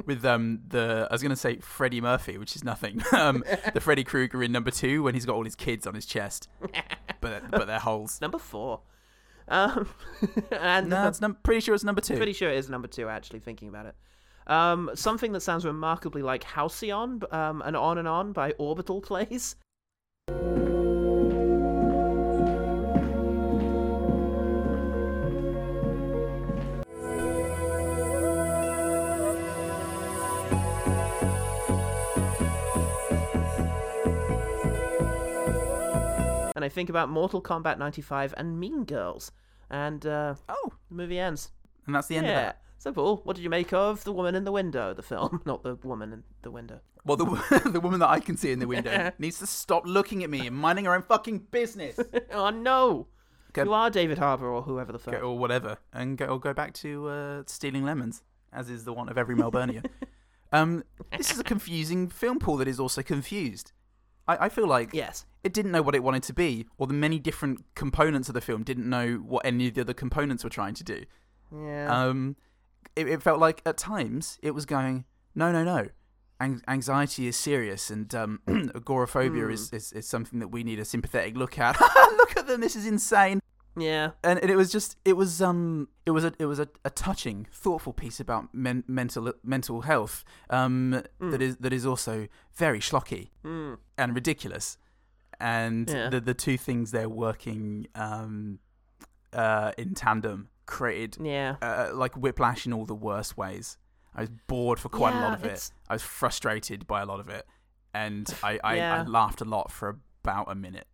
Speaker 2: With um the I was gonna say Freddie Murphy, which is nothing. (laughs) Um, the Freddy Krueger in number two when he's got all his kids on
Speaker 1: (laughs)
Speaker 2: his chest, but but they're holes.
Speaker 1: Number four. Um, (laughs) and
Speaker 2: No, it's num- pretty sure it's number two.
Speaker 1: Pretty sure it is number two. Actually, thinking about it, um, something that sounds remarkably like Halcyon, b- um, and on and on by Orbital plays. (laughs) And I think about Mortal Kombat 95 and Mean Girls. And uh,
Speaker 2: oh,
Speaker 1: the movie ends.
Speaker 2: and that's the end
Speaker 1: yeah.
Speaker 2: of that.
Speaker 1: So Paul, what did you make of the woman in the window? The film, (laughs) not the woman in the window.
Speaker 2: Well, the wo- the (laughs) woman that I can see in the window needs to stop looking at me and minding her own fucking business.
Speaker 1: oh no,
Speaker 2: Go-
Speaker 1: you are David Harbour or whoever the fuck.
Speaker 2: go, or whatever, and go, or go back to uh, stealing lemons, as is the want of every Melburnian. um, this is a confusing film pool that is also confused. I, I feel like
Speaker 1: Yes.
Speaker 2: it didn't know what it wanted to be, or the many different components of the film didn't know what any of the other components were trying to do.
Speaker 1: Yeah.
Speaker 2: Um, it, it felt like at times it was going, no, no, no. Ang- anxiety is serious, and um, (clears throat) agoraphobia
Speaker 1: Hmm.
Speaker 2: is, is, is something that we need a sympathetic look at. (laughs) look at them, this is insane
Speaker 1: yeah.
Speaker 2: and, and it was just it was um it was a it was a, a touching thoughtful piece about men, mental mental health um
Speaker 1: Hmm.
Speaker 2: that is that is also very schlocky
Speaker 1: Mm.
Speaker 2: and ridiculous and
Speaker 1: Yeah.
Speaker 2: the the two things they're working um uh in tandem created
Speaker 1: Yeah.
Speaker 2: uh, like whiplash in all the worst ways I was bored for quite a lot
Speaker 1: Yeah,
Speaker 2: of it
Speaker 1: it's-
Speaker 2: I was frustrated by a lot of it and I I, I
Speaker 1: Yeah.
Speaker 2: laughed a lot for about a minute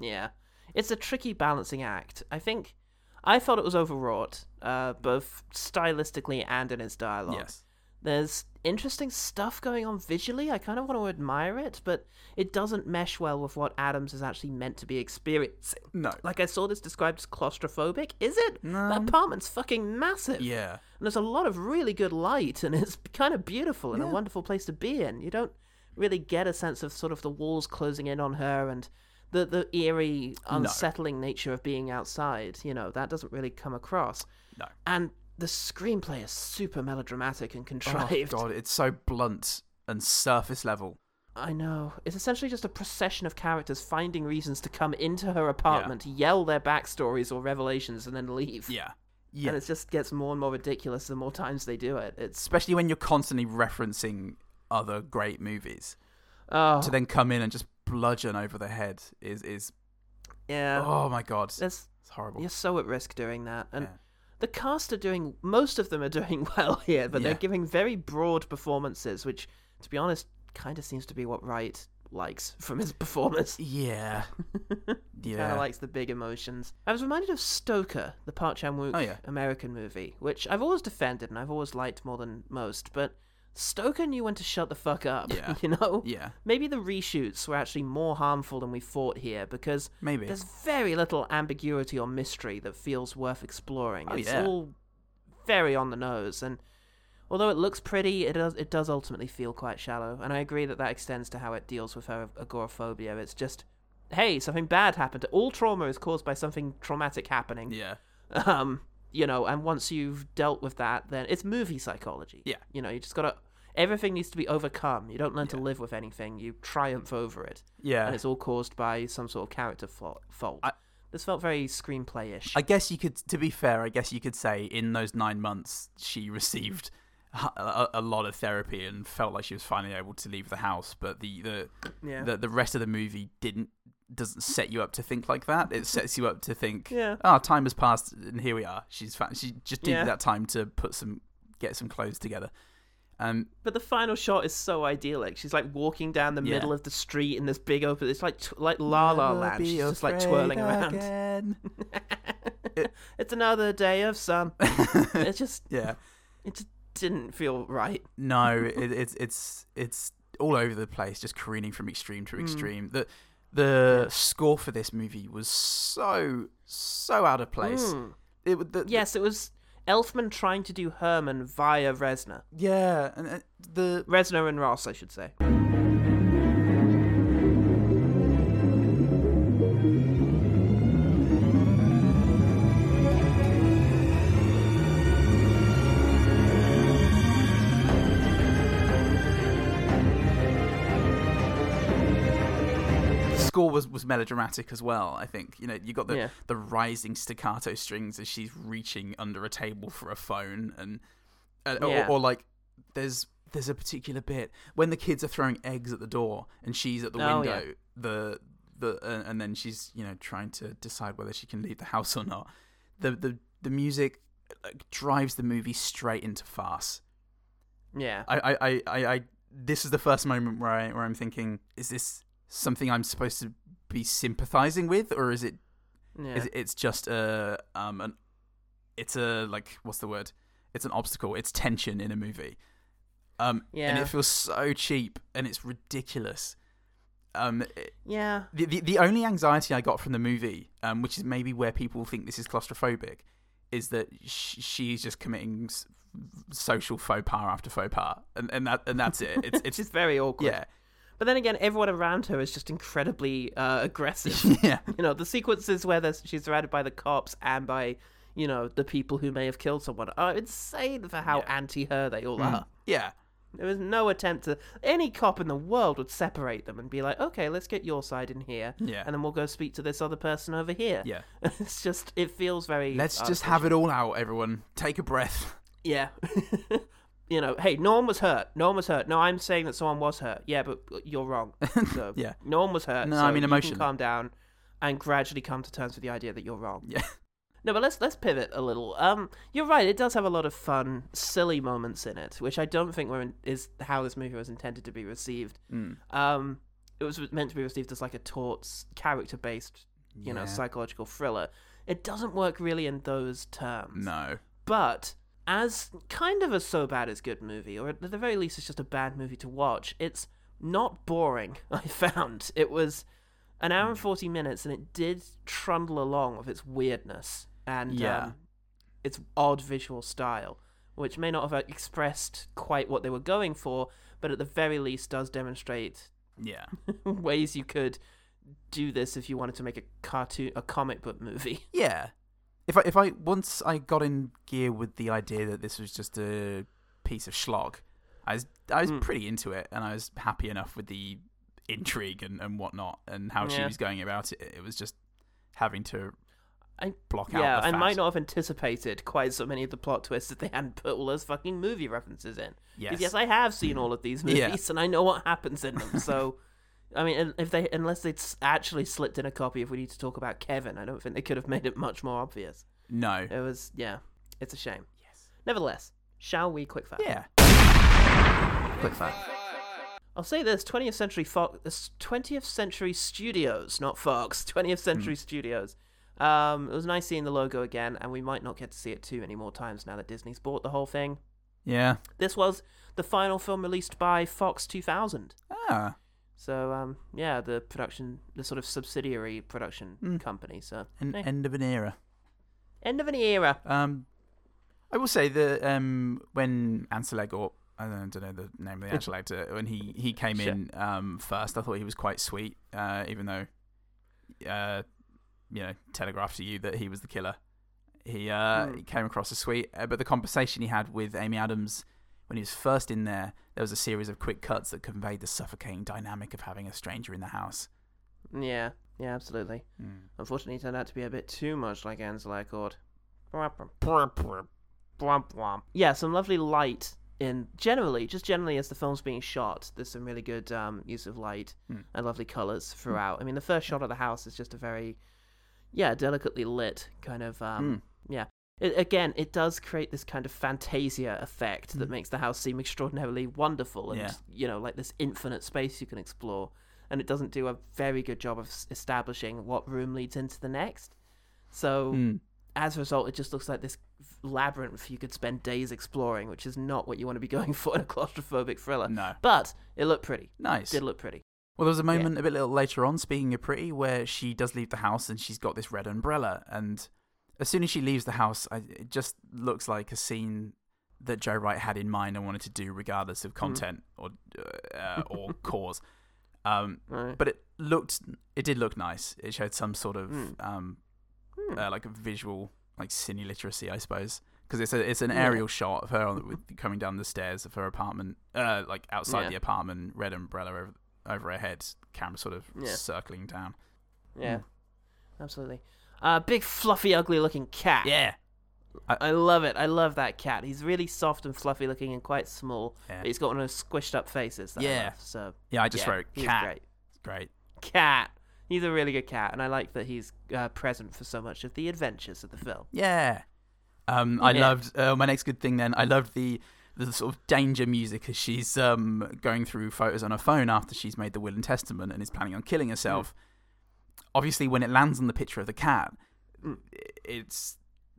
Speaker 1: Yeah. It's a tricky balancing act. I think I felt it was overwrought, uh, both stylistically and in its dialogue.
Speaker 2: yes
Speaker 1: There's interesting stuff going on visually. I kind of want to admire it, but it doesn't mesh well with what Adams is actually meant to be experiencing.
Speaker 2: No.
Speaker 1: Like I saw this described as claustrophobic. Is it? No. That apartment's fucking massive.
Speaker 2: Yeah.
Speaker 1: And there's a lot of really good light, and it's (laughs) kind of beautiful and a wonderful place to be in. You don't really get a sense of sort of the walls closing in on her and the the eerie,
Speaker 2: No.
Speaker 1: unsettling nature of being outside. You know that doesn't really come across.
Speaker 2: No.
Speaker 1: And the screenplay is super melodramatic and contrived.
Speaker 2: Oh god, it's so blunt and surface level.
Speaker 1: I know. It's essentially just a procession of characters finding reasons to come into her apartment, yell their backstories or revelations, and then leave.
Speaker 2: Yeah.
Speaker 1: And it just gets more and more ridiculous the more times they do it. It's
Speaker 2: Especially when you're constantly referencing other great movies.
Speaker 1: Oh.
Speaker 2: To then come in and just bludgeon over the head is is
Speaker 1: yeah.
Speaker 2: Oh my god.
Speaker 1: That's
Speaker 2: it's horrible.
Speaker 1: You're so at risk doing that. And the cast are doing most of them are (laughs) doing well here, but they're
Speaker 2: Yeah.
Speaker 1: giving very broad performances, which to be honest kind of seems to be what Wright likes from his (laughs) performance. (laughs)
Speaker 2: Yeah.
Speaker 1: kind
Speaker 2: yeah.
Speaker 1: of likes the big emotions. I was reminded of Stoker, the Park Chan Wook
Speaker 2: Oh, yeah.
Speaker 1: American movie, which I've always defended and I've always liked more than most, but Stoker knew when to shut the fuck up,
Speaker 2: Yeah.
Speaker 1: (laughs) you know?
Speaker 2: Yeah.
Speaker 1: Maybe the reshoots were actually more harmful than we thought here because
Speaker 2: Maybe.
Speaker 1: there's very little ambiguity or mystery that feels worth exploring.
Speaker 2: Oh,
Speaker 1: it's
Speaker 2: yeah.
Speaker 1: all very on the nose and although it looks pretty, it does it does ultimately feel quite shallow. And I agree that that extends to how it deals with her agoraphobia. It's just, hey, something bad happened. All trauma is caused by something traumatic happening.
Speaker 2: Yeah.
Speaker 1: Um, you know, and once you've dealt with that, then it's movie psychology.
Speaker 2: Yeah.
Speaker 1: You know, you just gotta. Everything needs to be overcome. You don't learn to live with anything. You triumph over it.
Speaker 2: Yeah.
Speaker 1: And it's all caused by some sort of character fa- fault. this felt very screenplay-ish.
Speaker 2: I guess you could to be fair, I guess you could say in those 9 months she received a, a- a lot of therapy and felt like she was finally able to leave the house, but the the
Speaker 1: Yeah.
Speaker 2: the, the rest of the movie didn't doesn't set you up to think like that. It sets you up to think,
Speaker 1: Yeah.
Speaker 2: oh, time has passed and here we are. She's fa- she just needed
Speaker 1: Yeah.
Speaker 2: that time to put some get some clothes together. Um,
Speaker 1: But the final shot is so idyllic. She's like walking down the
Speaker 2: Yeah.
Speaker 1: middle of the street in this big open. It's like tw- like La La
Speaker 2: Never
Speaker 1: Land.
Speaker 2: be
Speaker 1: She's just like
Speaker 2: afraid
Speaker 1: twirling around.
Speaker 2: again.
Speaker 1: It's another day of
Speaker 2: (laughs)
Speaker 1: sun. it just
Speaker 2: yeah.
Speaker 1: it just didn't feel right.
Speaker 2: No, it, it's it's it's all over the place, just careening from extreme to
Speaker 1: Mm.
Speaker 2: extreme. The the score for this movie was so so out of place.
Speaker 1: Mm.
Speaker 2: It w- the,
Speaker 1: yes, it was Elfman trying to do Herman via Resner.
Speaker 2: Yeah, and uh, the
Speaker 1: Resner and Ross, I should say.
Speaker 2: the score was, was melodramatic as well. I think you know you got the
Speaker 1: Yeah.
Speaker 2: the rising staccato strings as she's reaching under a table for a phone, and, and or-
Speaker 1: Yeah.
Speaker 2: or, like there's there's a particular bit when the kids are throwing eggs at the door and she's at the
Speaker 1: Oh, yeah.
Speaker 2: window. The the uh, and then she's you know trying to decide whether she can leave the house or not. The the the music like, drives the movie straight into farce.
Speaker 1: Yeah.
Speaker 2: I, I, I, I, I this is the first moment where I where I'm thinking, is this something I'm supposed to be sympathizing with, or is it
Speaker 1: Yeah.
Speaker 2: is it, it's just a um an it's a like what's the word? It's an obstacle. It's tension in a movie. Um, and
Speaker 1: Yeah.
Speaker 2: it feels so cheap and it's ridiculous. Um, it-
Speaker 1: Yeah.
Speaker 2: the, the the only anxiety I got from the movie, um, which is maybe where people think this is claustrophobic, is that sh- she's just committing s- social faux pas after faux pas, and and that and that's it. It's
Speaker 1: (laughs)
Speaker 2: it's
Speaker 1: just very awkward.
Speaker 2: yeah.
Speaker 1: But then again, everyone around her is just incredibly uh, aggressive.
Speaker 2: (laughs) Yeah.
Speaker 1: You know, the sequences where there's, she's surrounded by the cops and by, you know, the people who may have killed someone are insane for how anti her they
Speaker 2: Mm.
Speaker 1: all are.
Speaker 2: Yeah.
Speaker 1: There was no attempt to. Any cop in the world would separate them and be like, okay, let's get your side in here.
Speaker 2: Yeah.
Speaker 1: And then we'll go speak to this other person over here.
Speaker 2: Yeah.
Speaker 1: (laughs) It's just, it feels very. uh,
Speaker 2: Let's just have it all out, everyone. Take a breath. (laughs)
Speaker 1: Yeah. (laughs) you know, hey, no one was hurt. No one was hurt. No, I'm saying that someone was hurt. Yeah, but you're
Speaker 2: (laughs)
Speaker 1: wrong. So,
Speaker 2: Yeah.
Speaker 1: No one was hurt.
Speaker 2: No,
Speaker 1: so
Speaker 2: I mean
Speaker 1: you can
Speaker 2: emotion.
Speaker 1: calm down and gradually come to terms with the idea that you're wrong.
Speaker 2: Yeah.
Speaker 1: No, but let's let's pivot a little. Um, you're right. It does have a lot of fun, silly moments in it, which I don't think were in, is how this movie was intended to be received.
Speaker 2: Mm.
Speaker 1: Um, it was meant to be received as like a taut, character-based, you
Speaker 2: Yeah.
Speaker 1: know, psychological thriller. It doesn't work really in those terms.
Speaker 2: No.
Speaker 1: But as kind of a so bad as good movie, or at the very least, it's just a bad movie to watch. It's not boring, (laughs) I found. It was an hour and 40 minutes, and it did trundle along with its weirdness and
Speaker 2: Yeah.
Speaker 1: um, its odd visual style, which may not have uh, expressed quite what they were going for, but at the very least, does demonstrate (laughs)
Speaker 2: Yeah.
Speaker 1: ways you could do this if you wanted to make a cartoon, a comic book movie. (laughs)
Speaker 2: Yeah. If I if I once I got in gear with the idea that this was just a piece of slog, I was I
Speaker 1: Hmm.
Speaker 2: was pretty into it and I was happy enough with the intrigue and, and whatnot and how she
Speaker 1: Yeah.
Speaker 2: was going about it. It was just having to
Speaker 1: I
Speaker 2: block out
Speaker 1: yeah,
Speaker 2: the
Speaker 1: I
Speaker 2: fact-
Speaker 1: might not have anticipated quite so many of the plot twists if they hadn't put all those fucking movie references in. 'Cause
Speaker 2: Yes. Hmm.
Speaker 1: yes, I have seen all of these movies
Speaker 2: Yeah.
Speaker 1: and I know what happens in them. So, (laughs) I mean, un- if they unless they'd s- actually slipped in a copy if we need to talk about Kevin, I don't think they could have made it much more obvious.
Speaker 2: No.
Speaker 1: It was yeah, it's a shame. Yes. Nevertheless, shall we quick fact?
Speaker 2: Yeah. Quick fact.
Speaker 1: I'll say this: 20th Century Fox, 20th Century Studios, not Fox, (laughs) 20th Century Studios. Um, it was nice seeing the logo again, and we might not get to see it too many more times now that Disney's bought the whole thing.
Speaker 2: Yeah.
Speaker 1: This was the final film released by Fox 2000.
Speaker 2: Ah.
Speaker 1: So um, yeah, the production, the sort of subsidiary production company. So
Speaker 2: An
Speaker 1: eh,
Speaker 2: end of an era.
Speaker 1: end of an era.
Speaker 2: Um I will say that um when Ansel Elgort I don't, don't know the name of the actual actor. When he, he came
Speaker 1: Sure.
Speaker 2: in um, first, I thought he was quite sweet, uh, even though, uh, you know, telegraphed to you that he was the killer. He uh,
Speaker 1: Hmm.
Speaker 2: he came across as sweet, uh, but the conversation he had with Amy Adams when he was first in there, there was a series of quick cuts that conveyed the suffocating dynamic of having a stranger in the house.
Speaker 1: Yeah, yeah, absolutely.
Speaker 2: Mm.
Speaker 1: Unfortunately, it turned out to be a bit too much like Ansel Elgort. Womp womp. Yeah, some lovely light in generally, just generally as the film's being shot. There's some really good um, use of light
Speaker 2: Hmm.
Speaker 1: and lovely colours throughout. I mean, the first shot of the house is just a very, yeah, delicately lit kind of. Um,
Speaker 2: Hmm.
Speaker 1: Yeah, it, again, it does create this kind of fantasia effect
Speaker 2: Hmm.
Speaker 1: that makes the house seem extraordinarily wonderful and
Speaker 2: Yeah.
Speaker 1: you know like this infinite space you can explore. And it doesn't do a very good job of s- establishing what room leads into the next. So
Speaker 2: Hmm.
Speaker 1: as a result, it just looks like this labyrinth you could spend days exploring, which is not what you want to be (laughs) going for in a claustrophobic thriller.
Speaker 2: No.
Speaker 1: But it looked pretty.
Speaker 2: Nice.
Speaker 1: Did look pretty.
Speaker 2: Well, there was a moment a bit little later on, speaking of pretty, where she does leave the house and she's got this red umbrella. And as soon as she leaves the house, I, it just looks like a scene that Joe Wright had in mind and wanted to do, regardless of content or uh, or cause. Um,
Speaker 1: Right.
Speaker 2: But it looked, it did look nice. It showed some sort of
Speaker 1: Mm.
Speaker 2: um,
Speaker 1: Hmm.
Speaker 2: uh, like a visual, like cine literacy, I suppose, because it's a it's an
Speaker 1: Yeah.
Speaker 2: aerial shot of her on, with, coming down the stairs of her apartment, uh, like outside
Speaker 1: Yeah.
Speaker 2: the apartment, red umbrella over over her head, camera sort of
Speaker 1: Yeah.
Speaker 2: circling down. hmm.
Speaker 1: Yeah. Absolutely. Uh, big, fluffy, ugly looking cat.
Speaker 2: Yeah,
Speaker 1: I, love it. I love that cat. He's really soft and fluffy looking and quite small.
Speaker 2: Yeah.
Speaker 1: But he's got one of those squished up faces. That I
Speaker 2: Yeah.
Speaker 1: love, so
Speaker 2: yeah. I just wrote
Speaker 1: he's
Speaker 2: cat.
Speaker 1: great.
Speaker 2: It's Great.
Speaker 1: Cat. He's a really good cat, and I like that he's uh, present for so much of the adventures of the film.
Speaker 2: Yeah. Um, I
Speaker 1: Yeah.
Speaker 2: loved uh, my next good thing. Then I loved the the sort of danger music as she's um going through photos on her phone after she's made the will and testament and is planning on killing herself. Obviously, when it lands on the picture of the cat,
Speaker 1: Mm.
Speaker 2: it's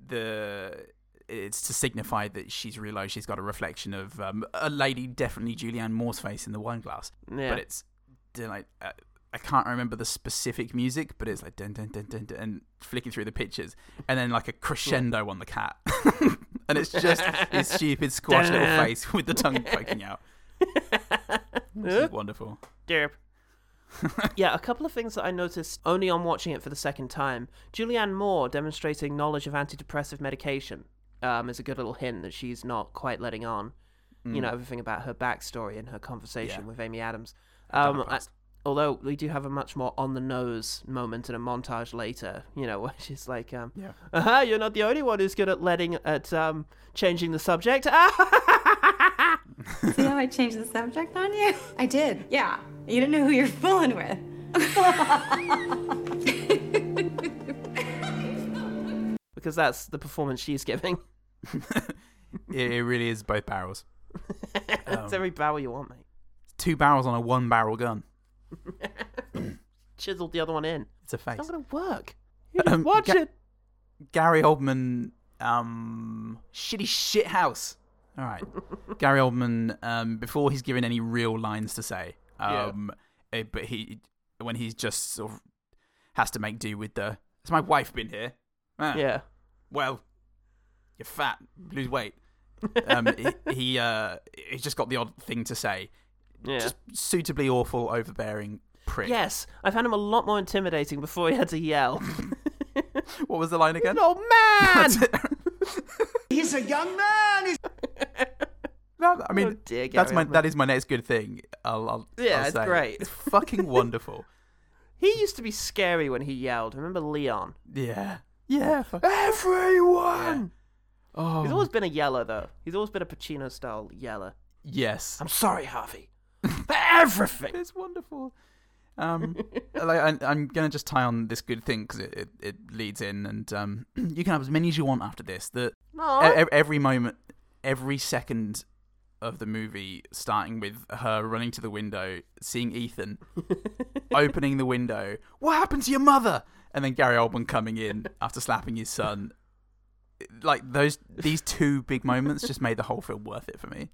Speaker 2: the it's to signify that she's realised she's got a reflection of um, a lady, definitely Julianne Moore's face in the wine glass.
Speaker 1: Yeah.
Speaker 2: But it's they're like uh, I can't remember the specific music, but it's like dun dun dun dun, dun and flicking through the pictures, and then like a crescendo on the cat, (laughs) and it's just his stupid squashed little
Speaker 1: Dun.
Speaker 2: face with the tongue poking out. Which is wonderful. (laughs)
Speaker 1: Derp. (laughs) yeah, a couple of things that I noticed only on watching it for the second time. Julianne Moore demonstrating knowledge of antidepressive medication um, is a good little hint that she's not quite letting on. You
Speaker 2: Mm.
Speaker 1: know, everything about her backstory and her conversation
Speaker 2: Yeah.
Speaker 1: with Amy Adams.
Speaker 2: I've done
Speaker 1: Um,
Speaker 2: it
Speaker 1: I-
Speaker 2: first.
Speaker 1: although we do have a much more on the nose moment in a montage later, you know, (laughs) where she's like, um,
Speaker 2: Yeah.
Speaker 1: Aha, you're not the only one who's good at letting, at um, changing the subject. (laughs)
Speaker 9: See how I changed the subject on you? I did. Yeah. You didn't know who you're fooling with.
Speaker 1: because that's the performance she's giving.
Speaker 2: It, it really is both barrels.
Speaker 1: it's every barrel you want, mate.
Speaker 2: Two barrels on a one barrel gun.
Speaker 1: Chiseled the other one in.
Speaker 2: It's a face.
Speaker 1: It's not gonna work. You just
Speaker 2: Um,
Speaker 1: watch
Speaker 2: Ga-
Speaker 1: it.
Speaker 2: Gary Oldman Um, shitty shit house.
Speaker 1: (laughs)
Speaker 2: All right, Gary Oldman. Um, before he's given any real lines to say. Um, eh, but he when he's just sort of has to make do with the. Has my wife been here? Ah,
Speaker 1: Yeah.
Speaker 2: Well, you're fat.
Speaker 1: (laughs)
Speaker 2: Lose weight. um, he he uh, he's just got the odd thing to say.
Speaker 1: Yeah.
Speaker 2: Just suitably awful, overbearing prick.
Speaker 1: Yes, I found him a lot more intimidating before he had to yell.
Speaker 2: What was the line again?
Speaker 1: old man!
Speaker 2: (laughs)
Speaker 15: He's a young man. He's
Speaker 2: No, I mean,
Speaker 1: Oh, dear,
Speaker 2: that's
Speaker 1: Gary
Speaker 2: my
Speaker 1: Oldman.
Speaker 2: that is my next good thing. I'll, I'll
Speaker 1: Yeah,
Speaker 2: I'll
Speaker 1: it's
Speaker 2: say.
Speaker 1: great. (laughs)
Speaker 2: It's fucking wonderful.
Speaker 1: he used to be scary when he yelled. Remember Leon?
Speaker 2: yeah, yeah. fuck-
Speaker 1: Everyone!
Speaker 2: Oh,
Speaker 1: He's always been a yeller, though. He's always been a Pacino style yeller.
Speaker 2: yes.
Speaker 1: I'm sorry, Harvey. For (laughs) everything!
Speaker 2: It's wonderful.
Speaker 1: (laughs)
Speaker 2: Um, like, I, I'm gonna just tie on this good thing because it, it, it leads in, and um, (clears throat) you can have as many as you want after this. That
Speaker 1: Aw.
Speaker 2: e- e- every moment, every second of the movie, starting with her running to the window,
Speaker 1: (laughs)
Speaker 2: seeing Ethan, opening the window, what happened to your mother? And then Gary Oldman coming in after slapping his son. Like those, these two big moments just made the whole film worth it for me.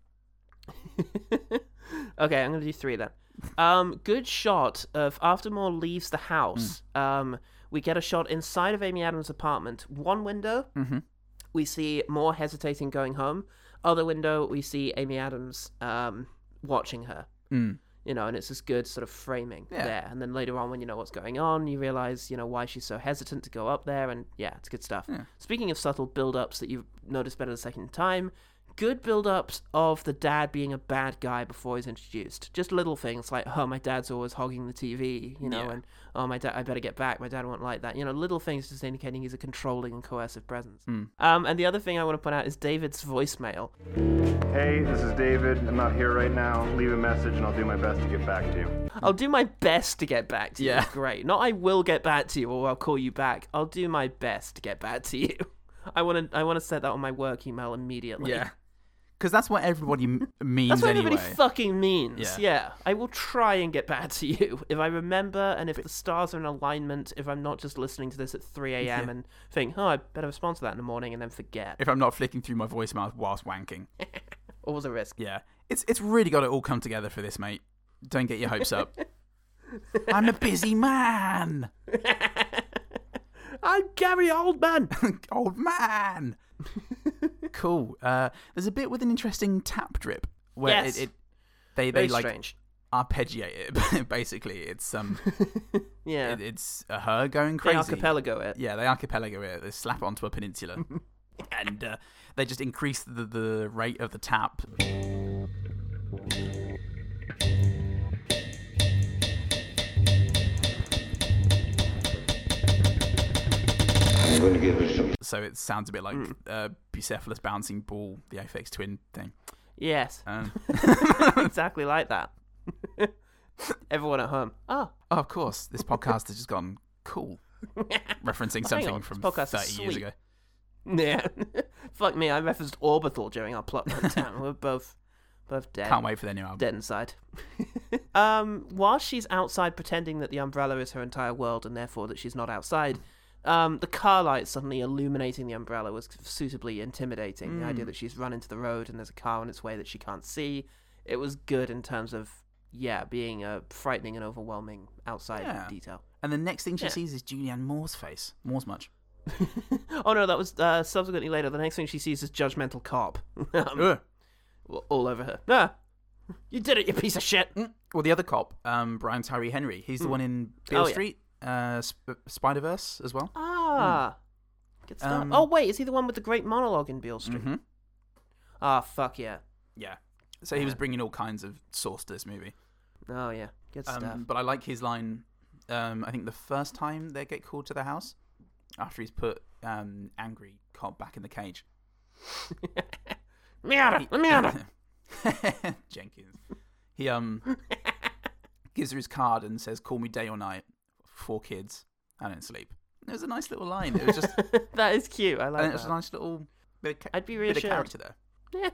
Speaker 1: Okay, I'm gonna do three then. Um, good shot of after Moore leaves the house. Um, we get a shot inside of Amy Adams' apartment. One window,
Speaker 2: Mhm.
Speaker 1: we see Moore hesitating going home. Other window, we see Amy Adams um, watching her.
Speaker 2: Mm.
Speaker 1: You know, and it's this good sort of framing
Speaker 2: Yeah.
Speaker 1: there. And then later on, when you know what's going on, you realize you know why she's so hesitant to go up there. And yeah, it's good stuff.
Speaker 2: Yeah.
Speaker 1: Speaking of subtle build-ups that you've noticed better the second time, good build-ups of the dad being a bad guy before he's introduced. Just little things like, oh, my dad's always hogging the TV, you know,
Speaker 2: Yeah.
Speaker 1: and oh, my dad, I better get back. My dad won't like that. You know, little things just indicating he's a controlling and coercive presence.
Speaker 2: Mm.
Speaker 1: Um, and the other thing I want to point out is David's voicemail.
Speaker 12: Hey, this is David. I'm not here right now. Leave a message and I'll do my best to get back to you.
Speaker 1: I'll do my best to get back to you.
Speaker 2: Yeah.
Speaker 1: Great. Not I will get back to you or I'll call you back. I'll do my best to get back to you. (laughs) I want to I want to set that on my work email immediately.
Speaker 2: Yeah, because that's what everybody m- means
Speaker 1: That's what
Speaker 2: anyway.
Speaker 1: everybody fucking means.
Speaker 2: Yeah.
Speaker 1: Yeah. I will try and get back (laughs) to you if I remember and if the stars are in alignment, if I'm not just listening to this at 3 a.m.
Speaker 2: Yeah.
Speaker 1: and think, oh, I better respond to that in the morning and then forget.
Speaker 2: if I'm not flicking through my voicemails whilst wanking.
Speaker 1: Always a risk.
Speaker 2: Yeah. It's it's really got to all come together for this, mate. Don't get your
Speaker 1: (laughs)
Speaker 2: hopes up. I'm a busy man.
Speaker 1: I'm Gary Oldman. (laughs)
Speaker 2: Old man. cool. Uh, there's a bit with an interesting tap drip where
Speaker 1: Yes.
Speaker 2: it, it they
Speaker 1: Very
Speaker 2: they like
Speaker 1: strange.
Speaker 2: arpeggiate it. (laughs) Basically, it's
Speaker 1: (laughs)
Speaker 2: um
Speaker 1: Yeah.
Speaker 2: it, it's uh, her going crazy.
Speaker 1: archipelago it.
Speaker 2: Yeah, they archipelago it. They slap it onto
Speaker 1: (laughs)
Speaker 2: a peninsula, and uh, they just increase the the rate of the tap.
Speaker 5: I'm gonna give you some
Speaker 2: So it sounds a bit
Speaker 1: Hmm.
Speaker 2: like uh, Bucephalus bouncing ball, the Aphex Twin thing.
Speaker 1: Yes.
Speaker 2: Um, (laughs)
Speaker 1: (laughs) exactly like that. Everyone at home. Oh,
Speaker 2: oh, of course, this podcast has just gone
Speaker 1: (laughs)
Speaker 2: cool, referencing
Speaker 1: Hang
Speaker 2: something
Speaker 1: on,
Speaker 2: from
Speaker 1: this podcast is
Speaker 2: 30 years
Speaker 1: sweet.
Speaker 2: ago.
Speaker 1: yeah. (laughs) Fuck me. I referenced Orbital during our plot down. We're both, both dead.
Speaker 2: Can't wait for their new album.
Speaker 1: Dead inside. (laughs) um, while she's outside pretending that the umbrella is her entire world and therefore that she's not outside, um, the car light suddenly illuminating the umbrella was suitably intimidating. The
Speaker 2: Mm.
Speaker 1: idea that she's run into the road and there's a car on its way that she can't see. It was good in terms of, yeah, being a frightening and overwhelming outside
Speaker 2: Yeah.
Speaker 1: detail.
Speaker 2: And the next thing she
Speaker 1: Yeah.
Speaker 2: sees is Julianne Moore's face. Moore's much.
Speaker 1: Oh no, that was uh, subsequently later. The next thing she sees is judgmental cop (laughs) um,
Speaker 2: Ugh.
Speaker 1: all over her. Ah, you did it, you piece of shit.
Speaker 2: Mm. Well, the other cop, um, Brian Tyree Henry, he's the one in Beale
Speaker 1: Oh, yeah.
Speaker 2: Street, uh, Sp- Spider Verse as well.
Speaker 1: Ah, good stuff.
Speaker 2: Um,
Speaker 1: oh wait, is he the one with the great monologue in Beale Street?
Speaker 2: Mhm.
Speaker 1: Ah, fuck yeah.
Speaker 2: Yeah. So he was bringing all kinds of sauce to this movie.
Speaker 1: Oh yeah, good stuff.
Speaker 2: Um, but I like his line. Um, I think the first time they get called to the house, after he's put um, angry cop back in the cage.
Speaker 1: Mierda,
Speaker 2: (laughs)
Speaker 1: mierda.
Speaker 2: Jenkins. He um (laughs) gives her his card and says, "Call me day or night." Four kids. I don't sleep. It was a nice little line. It was
Speaker 1: (laughs)
Speaker 2: just.
Speaker 1: (laughs) that is cute. I like
Speaker 2: and it was a
Speaker 1: that.
Speaker 2: nice little. Bit of, ca-
Speaker 1: I'd be
Speaker 2: bit of
Speaker 1: reassured.
Speaker 2: character there.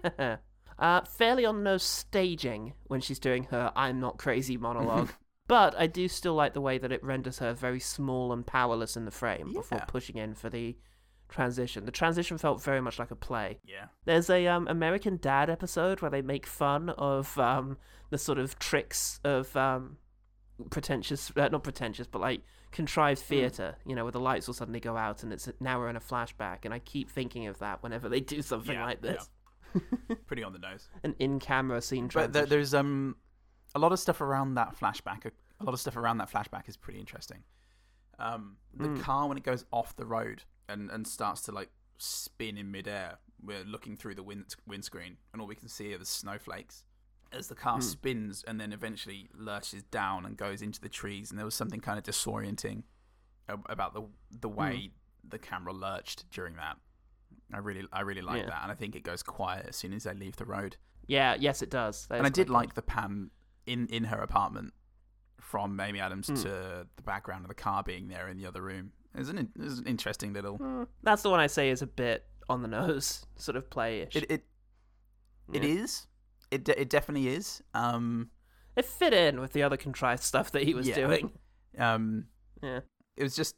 Speaker 1: Yeah. Uh, fairly on no staging when she's doing her "I'm not crazy"
Speaker 2: (laughs)
Speaker 1: monologue. But I do still like the way that it renders her very small and powerless in the frame before
Speaker 2: Yeah.
Speaker 1: pushing in for the transition. The transition felt very much like a play.
Speaker 2: Yeah.
Speaker 1: There's a um, American Dad episode where they make fun of um, the sort of tricks of um, pretentious, uh, not pretentious, but like
Speaker 2: Hmm.
Speaker 1: contrived theater. You know, where the lights will suddenly go out and it's now we're in a flashback. And I keep thinking of that whenever they do something
Speaker 2: Yeah,
Speaker 1: like this.
Speaker 2: Pretty on the nose.
Speaker 1: An in-camera scene
Speaker 2: But
Speaker 1: transition.
Speaker 2: there, there's um a lot of stuff around that flashback. A, a lot of stuff around that flashback is pretty interesting. Um, the
Speaker 1: Mm.
Speaker 2: car when it goes off the road and and starts to like spin in midair. We're looking through the wind windscreen, and all we can see are the snowflakes as the car
Speaker 1: Mm.
Speaker 2: spins and then eventually lurches down and goes into the trees. And there was something kind of disorienting ab- about the the way the camera lurched during that. I really I really like
Speaker 1: Yeah.
Speaker 2: that, and I think it goes quiet as soon as they leave the road
Speaker 1: yeah, yes, it does. That
Speaker 2: and I
Speaker 1: is
Speaker 2: did
Speaker 1: quite
Speaker 2: like the pan in in her apartment from Amy Adams
Speaker 1: Mm.
Speaker 2: to the background of the car being there in the other room. It was an, in- it was an interesting little.
Speaker 1: cool. Mm, That's the one I say is a bit on the nose, (laughs) sort of playish.
Speaker 2: It it it
Speaker 1: Yeah.
Speaker 2: is. It de- it definitely is. Um,
Speaker 1: It fit in with the other contrived stuff that he was
Speaker 2: yeah.
Speaker 1: doing.
Speaker 2: Um,
Speaker 1: Yeah.
Speaker 2: it was just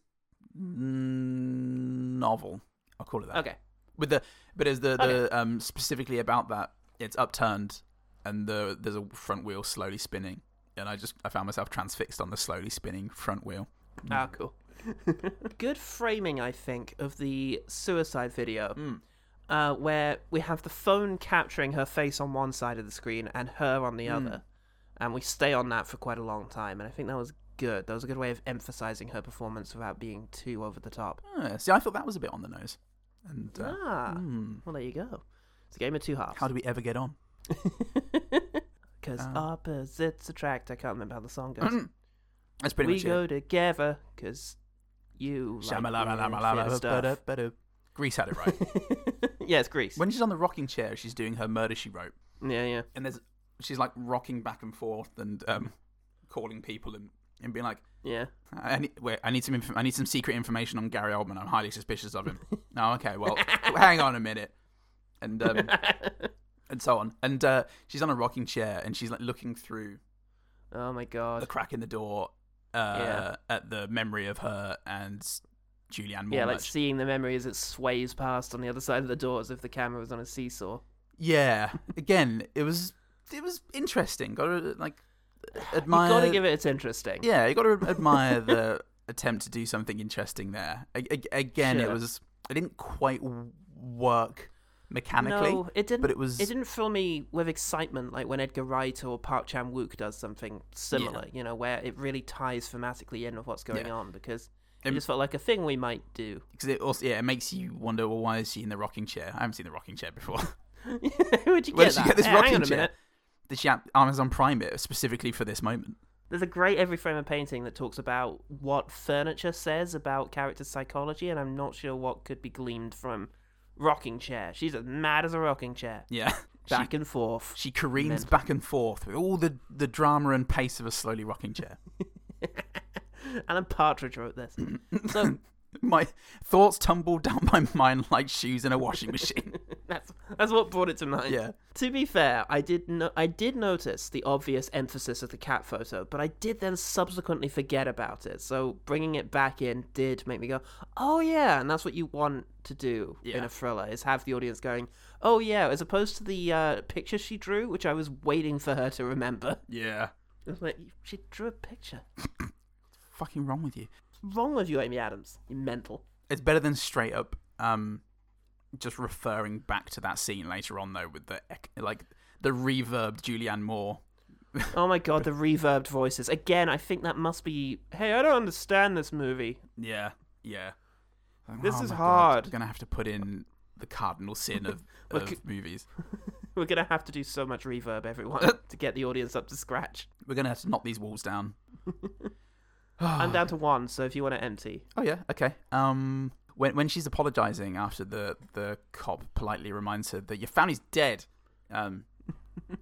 Speaker 2: mm, novel. I'll call it that.
Speaker 1: Okay.
Speaker 2: With the but as the, the um specifically about that, it's upturned and the there's a front wheel slowly spinning, and I just I found myself transfixed on the slowly spinning front wheel.
Speaker 1: Ah, cool. (laughs) Good framing, I think, of the suicide video,
Speaker 2: Mm.
Speaker 1: uh, where we have the phone capturing her face on one side of the screen and her on the
Speaker 2: Mm.
Speaker 1: other, and we stay on that for quite a long time. And I think that was good. That was a good way of emphasizing her performance without being too over the top.
Speaker 2: Ah, see, I thought that was a bit on the nose. And uh,
Speaker 1: Ah,
Speaker 2: hmm,
Speaker 1: well, there you go. It's a game of two halves.
Speaker 2: (laughs) how do we ever get on?
Speaker 1: Because
Speaker 2: Um.
Speaker 1: opposites attract. I can't remember how the song goes.
Speaker 2: That's Mm, pretty
Speaker 1: we
Speaker 2: much
Speaker 1: go
Speaker 2: it.
Speaker 1: together because you like weird
Speaker 2: Shamalamalamalamala-
Speaker 1: stuff.
Speaker 2: ba-da-ba-da. Greece had it
Speaker 1: (laughs)
Speaker 2: right.
Speaker 1: yeah, it's Greece.
Speaker 2: when she's on the rocking chair, she's doing her murder she wrote,
Speaker 1: Yeah, yeah.
Speaker 2: and there's she's like rocking back and forth and um, calling people and, and being like, (laughs)
Speaker 1: Yeah.
Speaker 2: I need, wait, I need some inf- I need some secret information on Gary Oldman. I'm highly suspicious
Speaker 1: (laughs)
Speaker 2: of him. oh, okay. Well, hang on a minute, and
Speaker 1: (laughs)
Speaker 2: um, and so on. And uh, she's on a rocking chair and she's like looking through
Speaker 1: Oh my god.
Speaker 2: the crack in the door uh,
Speaker 1: Yeah.
Speaker 2: at the memory of her and Julianne Moore.
Speaker 1: yeah, like seeing the memory as it sways past on the other side of the door as if the camera was on a seesaw.
Speaker 2: yeah. Again, it was it was interesting. Got to like
Speaker 1: You
Speaker 2: admire.
Speaker 1: gotta give it it's interesting.
Speaker 2: Yeah, you
Speaker 1: (laughs)
Speaker 2: got to admire the attempt to do something interesting there. A- a- again, it
Speaker 1: Sure.
Speaker 2: was it didn't quite w- work mechanically.
Speaker 1: no, it didn't.
Speaker 2: But it was
Speaker 1: It didn't fill me with excitement like when Edgar Wright or Park Chan Wook does something similar. You know, where it really ties thematically in with what's going
Speaker 2: Yeah.
Speaker 1: on because it
Speaker 2: Um,
Speaker 1: just felt like a thing we might
Speaker 2: (laughs)
Speaker 1: do. (laughs)
Speaker 2: because it also yeah it makes you wonder well why is she in the rocking chair? I haven't seen the rocking chair before. (laughs)
Speaker 1: Where'd you get
Speaker 2: Where did she
Speaker 1: that?
Speaker 2: get this
Speaker 1: Eh,
Speaker 2: rocking
Speaker 1: hang on a
Speaker 2: chair?
Speaker 1: minute.
Speaker 2: Did she have Amazon Prime it specifically for this moment?
Speaker 1: There's a great every frame of painting that talks about what furniture says about character psychology, and I'm not sure what could be gleaned from rocking chair. She's as mad as a rocking chair.
Speaker 2: Yeah.
Speaker 1: Back and forth.
Speaker 2: She careens
Speaker 1: Mental.
Speaker 2: back and forth with all the, the drama and pace of a slowly rocking chair.
Speaker 1: (laughs) Alan Partridge wrote
Speaker 2: (clears throat)
Speaker 1: this. so
Speaker 2: my thoughts tumble down my mind like shoes in a washing machine. (laughs)
Speaker 1: that's that's what brought it to mind.
Speaker 2: Yeah.
Speaker 1: To be fair, I did no- I did notice the obvious emphasis of the cat photo, but I did then subsequently forget about it. So bringing it back in did make me go, "Oh yeah," and that's what you want to do in
Speaker 2: Yeah.
Speaker 1: a thriller is have the audience going, "Oh yeah," as opposed to the uh, picture she drew, which I was waiting for her to remember. (laughs)
Speaker 2: yeah.
Speaker 1: It was like she drew a picture.
Speaker 2: Fucking wrong with you.
Speaker 1: What's wrong with you, Amy Adams? You mental.
Speaker 2: It's better than straight up um just referring back to that scene later on though with the ec- like the reverbed Julianne Moore.
Speaker 1: Oh my god, the reverbed voices. Again, I think that must be. Hey, I don't understand this movie.
Speaker 2: Yeah. Yeah. Like,
Speaker 1: This
Speaker 2: oh
Speaker 1: is
Speaker 2: my God,
Speaker 1: hard.
Speaker 2: I'm going to have to put in the cardinal sin of,
Speaker 1: (laughs) Look,
Speaker 2: of movies.
Speaker 1: We're gonna have to do so much reverb,
Speaker 2: (laughs)
Speaker 1: everyone, to get the audience up to scratch.
Speaker 2: We're going to have to knock these walls down.
Speaker 1: I'm down to one, so if you want to empty,
Speaker 2: Oh yeah, okay. Um, when when she's apologising after the the cop politely reminds her that your family's dead,
Speaker 1: (laughs)
Speaker 2: um,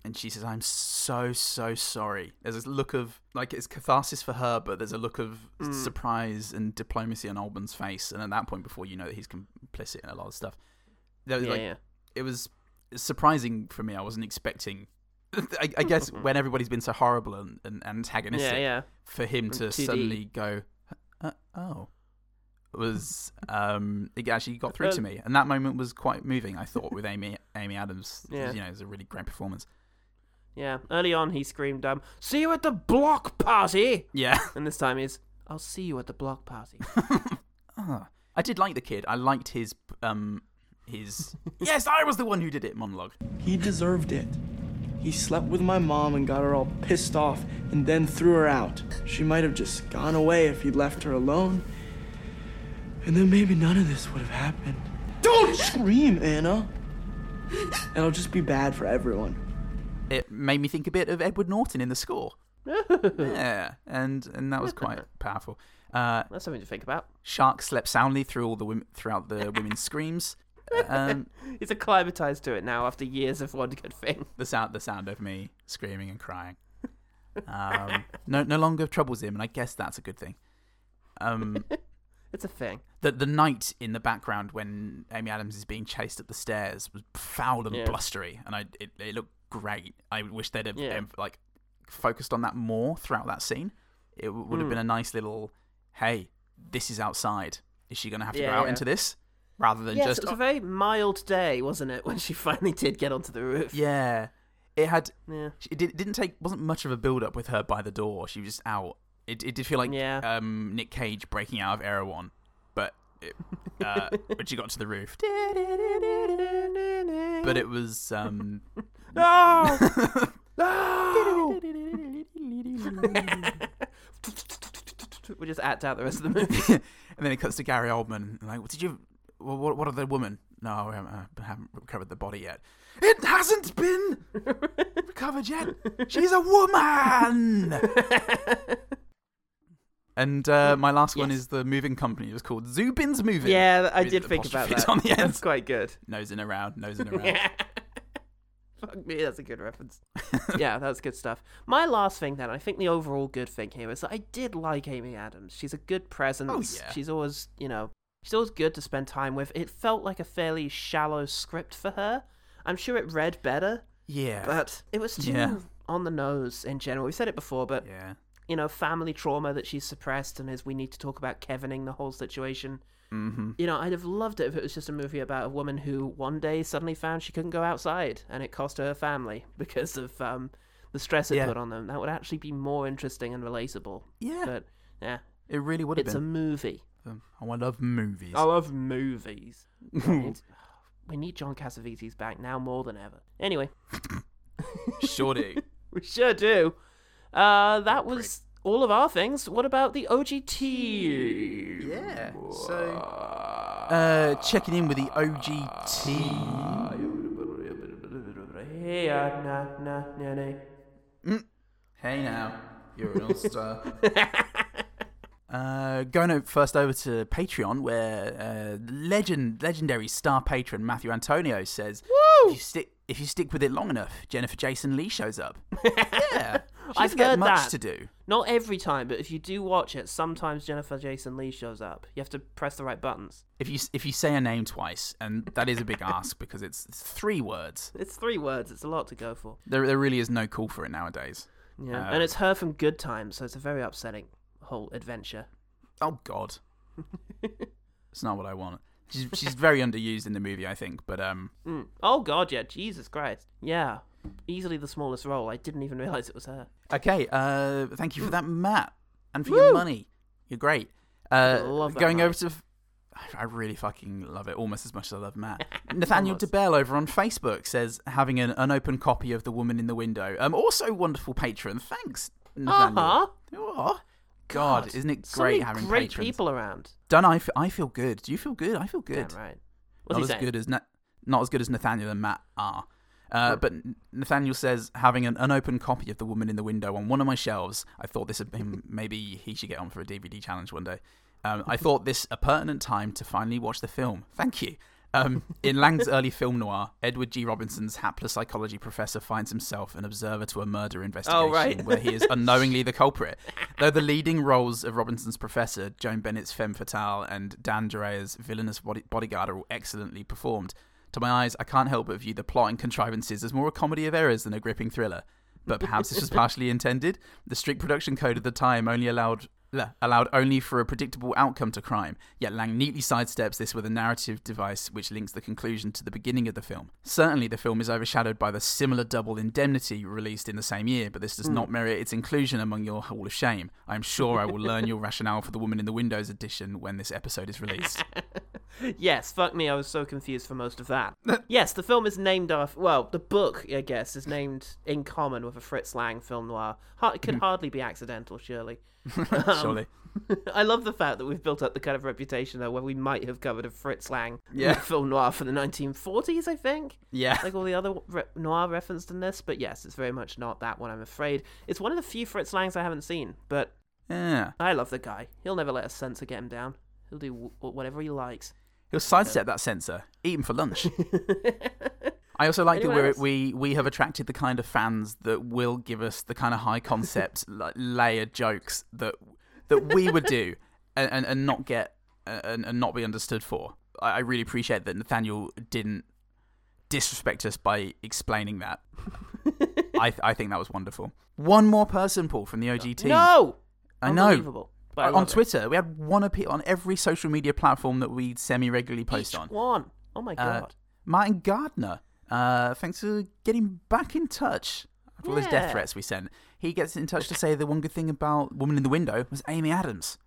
Speaker 2: and she says, "I'm so so sorry." There's this look of like it's catharsis for her, but there's a look of
Speaker 1: Mm.
Speaker 2: surprise and diplomacy on Oldman's face, and at that point, before you know that he's complicit in a lot of stuff, there was
Speaker 1: yeah,
Speaker 2: like
Speaker 1: yeah.
Speaker 2: it was surprising for me. I wasn't expecting. (laughs) I,
Speaker 1: (laughs)
Speaker 2: I guess when everybody's been so horrible and, and antagonistic,
Speaker 1: yeah, yeah.
Speaker 2: for him
Speaker 1: From
Speaker 2: to
Speaker 1: 2D.
Speaker 2: suddenly go, uh, oh, was um, it actually got through to me, and that moment was quite moving. I thought with Amy Amy Adams, 'cause,
Speaker 1: Yeah.
Speaker 2: you know, it was a really great performance.
Speaker 1: Yeah. Early on, he screamed, um, "See you at the block party!"
Speaker 2: Yeah. (laughs)
Speaker 1: And this time he's, "I'll see you at the block party."
Speaker 2: Ah, I did like the kid. I liked his um his yes, I was the one who did it monologue.
Speaker 18: He deserved it. He slept with my mom and got her all pissed off and then threw her out. She might have just gone away if he'd left her alone. And then maybe none of this would have happened. Don't scream, Anna! It'll just be bad for everyone.
Speaker 2: It made me think a bit of Edward Norton in the score. yeah, and and that was quite powerful. Uh,
Speaker 1: That's something to think about.
Speaker 2: Shark slept soundly through all the women throughout the women's screams. Um,
Speaker 1: he's acclimatized to it now after years of one good thing. (laughs)
Speaker 2: the sound the sound of me screaming and crying. Um, no no longer troubles him, and I guess that's a good thing. Um,
Speaker 1: it's a thing.
Speaker 2: The the night in the background when Amy Adams is being chased up the stairs was foul and
Speaker 1: Yeah.
Speaker 2: blustery, and I it, it looked great. I wish they'd have
Speaker 1: Yeah.
Speaker 2: em- like focused on that more throughout that scene. It w- would have
Speaker 1: Mm.
Speaker 2: been a nice little, hey, this is outside. Is she going to have to go
Speaker 1: Yeah,
Speaker 2: out
Speaker 1: yeah.
Speaker 2: into this rather than
Speaker 1: yes,
Speaker 2: just
Speaker 1: it was a very mild day, wasn't it, when she (laughs) finally did get onto the roof?
Speaker 2: Yeah, it had.
Speaker 1: Yeah.
Speaker 2: It did, didn't take. Wasn't much of a build up with her by the door. She was just out. It, it did feel like um, Nick Cage breaking out of Erewhon, but it, uh, when she got to the roof.
Speaker 1: (laughs)
Speaker 2: But it was. Um,
Speaker 1: Ah! No! (laughs) we just act out the rest of the movie.
Speaker 2: (laughs) and then it cuts to Gary Oldman. Like, did you? Well, what, what are the women? No, we haven't, uh, haven't recovered the body yet. It
Speaker 1: (laughs)
Speaker 2: hasn't been recovered yet. She's
Speaker 1: (laughs)
Speaker 2: a woman. And uh, my last one is the moving company. It was called Zubin's Moving.
Speaker 1: Yeah, I
Speaker 2: With
Speaker 1: did think about
Speaker 2: apostrophes
Speaker 1: that.
Speaker 2: On the end.
Speaker 1: That's quite (laughs) good.
Speaker 2: (laughs) Nosing around,
Speaker 1: (laughs)
Speaker 2: nosing around.
Speaker 1: Fuck me, that's a good reference. (laughs) yeah, that's good stuff. My last thing then, I think the overall good thing here is that I did like Amy Adams. She's a good presence.
Speaker 2: yeah.
Speaker 1: She's always, you know, she's always good to spend time with. It felt like a fairly shallow script for her. I'm sure it read better.
Speaker 2: Yeah.
Speaker 1: But it was too
Speaker 2: Yeah.
Speaker 1: on the nose in general. We've said it before, but
Speaker 2: yeah.
Speaker 1: you know, family trauma that she's suppressed and is we need to talk about Kevining the whole situation.
Speaker 2: Mhm.
Speaker 1: You know, I'd have loved it if it was just a movie about a woman who one day suddenly found she couldn't go outside and it cost her family (laughs) because of um, the stress it
Speaker 2: Yeah.
Speaker 1: put on them. That would actually be more interesting and relatable.
Speaker 2: Yeah.
Speaker 1: But, yeah.
Speaker 2: It really would have
Speaker 1: It's a
Speaker 2: been.
Speaker 1: movie.
Speaker 2: Um, oh, I love movies.
Speaker 1: I love (laughs) movies. It's- we need John Cassavetes back now more than ever. Anyway. (laughs)
Speaker 2: sure do.
Speaker 1: We sure do. Uh, that was all of our things. What about the OGT?
Speaker 2: Yeah. So. Uh, checking in with the OGT.
Speaker 1: Yeah, na, na, na, na.
Speaker 2: Hey now, you're an all star. (laughs) Uh, going o- first over to Patreon, where uh, legend, legendary star patron Matthew Antonio says, Woo! "If you stick, if you stick with it long enough, Jennifer Jason Lee
Speaker 1: (laughs)
Speaker 2: shows up. yeah, she
Speaker 1: I've
Speaker 2: doesn't get
Speaker 1: heard
Speaker 2: much
Speaker 1: that.
Speaker 2: to do.
Speaker 1: Not every time, but if you do watch it, sometimes Jennifer Jason Lee shows up. You have to press the right buttons.
Speaker 2: If you s- if you say her name twice, and that is a big ask because it's it's three words.
Speaker 1: It's three words. It's a lot to go for.
Speaker 2: There there really is no call for it nowadays.
Speaker 1: Yeah,
Speaker 2: Um,
Speaker 1: and it's her from Good Times, so it's a very upsetting whole adventure.
Speaker 2: Oh God, (laughs) it's not what I want. She's she's very underused in the movie, I think. But um,
Speaker 1: Mm. Oh God, yeah, Jesus Christ, yeah, easily the smallest role. I didn't even realize it was her.
Speaker 2: okay. Uh, thank you for that, Matt, and for
Speaker 1: Woo!
Speaker 2: your money. You're great. Uh,
Speaker 1: love that
Speaker 2: going
Speaker 1: money.
Speaker 2: over to. f- I really fucking love it almost as much as I
Speaker 1: (laughs)
Speaker 2: love Matt. Nathaniel DeBell over on Facebook says having an unopened copy of The Woman in the Window. Um, also wonderful patron. Thanks, Nathaniel.
Speaker 1: Uh-huh.
Speaker 2: Oh, God, isn't it
Speaker 1: So many
Speaker 2: great having
Speaker 1: great
Speaker 2: patrons?
Speaker 1: people around?
Speaker 2: Don't I? F- I feel good. Do you feel good? I feel good.
Speaker 1: Damn right. What's
Speaker 2: Not
Speaker 1: he
Speaker 2: as
Speaker 1: saying?
Speaker 2: good as Na- not as good as Nathaniel and Matt are. Uh, but N- Nathaniel says having an unopened copy of The Woman in the Window on one of my shelves, I thought this had been (laughs) maybe he should get on for a DVD challenge one day. Um, I thought this a pertinent time to finally watch the film. Thank you.
Speaker 1: (laughs)
Speaker 2: Um, in Lang's early film noir, Edward G. Robinson's hapless psychology professor finds himself an observer to a murder investigation
Speaker 1: Oh, right. (laughs)
Speaker 2: where he is unknowingly the culprit. Though the leading roles of Robinson's professor, Joan Bennett's femme fatale, and Dan Durae's villainous body- bodyguard are all excellently performed. To my eyes, I can't help but view the plot and contrivances as more a comedy of errors than a gripping thriller. But perhaps this was partially intended. The strict production code of the time only allowed L- allowed only for a predictable outcome to crime, yet Lang neatly sidesteps this with a narrative device which links the conclusion to the beginning of the film. Certainly, the film is overshadowed by the similar Double Indemnity released in the same year, but this does
Speaker 1: Mm.
Speaker 2: not merit its inclusion among your Hall of Shame. I am sure I will learn your rationale for the Woman in the Windows edition when this episode is released. (laughs)
Speaker 1: Yes, fuck me, I was so confused for most of
Speaker 2: (laughs)
Speaker 1: that. yes, the film is named after. Well, the book, I guess, is named in common with a Fritz Lang film noir. Ha- it could
Speaker 2: Mhm.
Speaker 1: hardly be accidental, surely.
Speaker 2: (laughs)
Speaker 1: Um,
Speaker 2: Surely.
Speaker 1: (laughs) I love the fact that we've built up the kind of reputation, though, where we might have covered a Fritz Lang
Speaker 2: Yeah.
Speaker 1: (laughs) film noir for the 1940s, I think.
Speaker 2: Yeah.
Speaker 1: Like all the other re- noir referenced in this, but yes, it's very much not that one, I'm afraid. It's one of the few Fritz Langs I haven't seen, but
Speaker 2: Yeah.
Speaker 1: I love the guy. He'll never let a censor get him down. He'll do w- whatever he likes.
Speaker 2: He'll sidestep that censor, eat him
Speaker 1: (laughs)
Speaker 2: for lunch. I also like
Speaker 1: Anyone
Speaker 2: that
Speaker 1: else?
Speaker 2: we're, we we have attracted the kind of fans that will give us the kind of
Speaker 1: (laughs)
Speaker 2: high concept like, layered jokes that that we would do and, and, and not get and, and not be understood for. I, I really appreciate that Nathaniel didn't disrespect us by explaining
Speaker 1: (laughs)
Speaker 2: that. I I think that was wonderful. One more person, Paul, from the OG team.
Speaker 1: No!
Speaker 2: I know.
Speaker 1: Unbelievable. But I
Speaker 2: on
Speaker 1: love it.
Speaker 2: Twitter, we had one appeal on every social media platform that we semi regularly post
Speaker 1: Each
Speaker 2: on.
Speaker 1: one. Oh my
Speaker 2: Uh,
Speaker 1: god.
Speaker 2: Martin Gardner. Uh, thanks for getting back in touch after all those
Speaker 1: Yeah.
Speaker 2: death threats we sent. He gets in touch to say the one good thing about Woman in the Window was Amy Adams.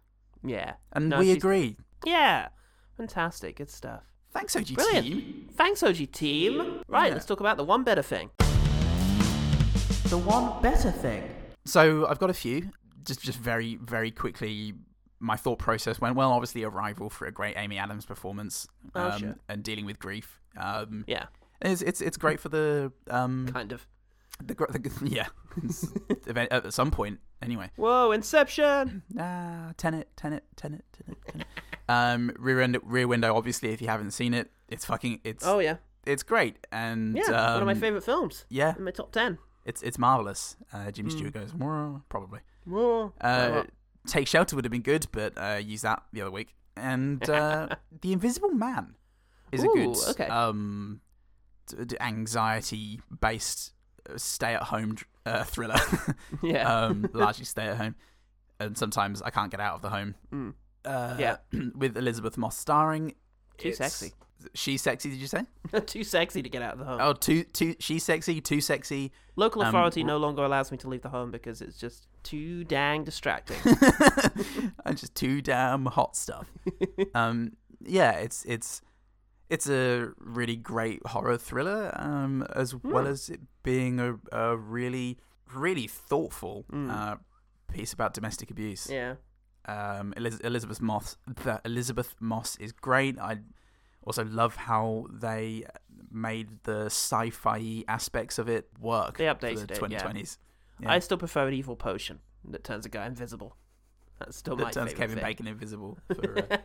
Speaker 1: Yeah.
Speaker 2: And
Speaker 1: No,
Speaker 2: we
Speaker 1: she's-
Speaker 2: agree.
Speaker 1: Yeah. Fantastic. Good stuff.
Speaker 2: Thanks, OG
Speaker 1: Brilliant. Thanks, OG team. Right,
Speaker 2: Yeah.
Speaker 1: let's talk about the one better thing. The one better thing.
Speaker 2: So I've got a few. Just just very, very quickly, my thought process went well, obviously, Arrival for a great Amy Adams performance um,
Speaker 1: Oh, sure.
Speaker 2: and dealing with grief. Um,
Speaker 1: Yeah.
Speaker 2: It's, it's, it's great for the. Um,
Speaker 1: kind of.
Speaker 2: The, gr- the, (laughs) yeah. Event- At some point, anyway.
Speaker 1: Whoa,
Speaker 2: (laughs)
Speaker 1: Inception.
Speaker 2: Ah, Tenet, Tenet, Tenet, Tenet, Tenet. Um, Rear Window, Rear Window. Obviously, if you haven't seen it, it's fucking. It's
Speaker 1: Oh, yeah.
Speaker 2: it's great and
Speaker 1: Yeah, one of my
Speaker 2: um,
Speaker 1: favorite films.
Speaker 2: Yeah,
Speaker 1: In my top 10.
Speaker 2: it's it's marvelous. Uh, Jimmy
Speaker 1: Mm.
Speaker 2: Stewart goes "Mwah," probably.
Speaker 1: Whoa.
Speaker 2: Uh, Take Shelter would have been good, but uh, use that the other week. And uh,
Speaker 1: (laughs)
Speaker 2: The Invisible Man is a good
Speaker 1: Ooh, okay.
Speaker 2: um, d- d- anxiety based stay at home uh, thriller. (laughs)
Speaker 1: Yeah. (laughs)
Speaker 2: um, largely stay at home, and sometimes I can't get out of the home.
Speaker 1: Mm.
Speaker 2: Uh,
Speaker 1: Yeah. (laughs)
Speaker 2: (clears throat) with Elizabeth Moss starring.
Speaker 1: Too
Speaker 2: it's-
Speaker 1: sexy.
Speaker 2: She's sexy. Did you say?
Speaker 1: Too sexy to get out of the home.
Speaker 2: Oh, too too. She's sexy. Too sexy. (laughs)
Speaker 1: Local
Speaker 2: um,
Speaker 1: authority no longer allows me to leave the home because it's just too dang distracting.
Speaker 2: (laughs) and just too damn hot
Speaker 1: (laughs)
Speaker 2: stuff. um, yeah, it's it's it's a really great horror thriller, um, as well
Speaker 1: Hmm.
Speaker 2: as it being a, a really really thoughtful
Speaker 1: Mm.
Speaker 2: uh, piece about domestic abuse.
Speaker 1: yeah.
Speaker 2: Um, Eliz- Elizabeth Moss, the Elizabeth Moss is great. I also love how they made the sci-fi aspects of it work.
Speaker 1: They
Speaker 2: for
Speaker 1: updated
Speaker 2: the
Speaker 1: it, yeah.
Speaker 2: 2020s.
Speaker 1: I still prefer an evil potion that turns a guy invisible. That's still my
Speaker 2: that turns
Speaker 1: favorite
Speaker 2: Kevin
Speaker 1: thing. (laughs)
Speaker 2: Bacon invisible for, uh,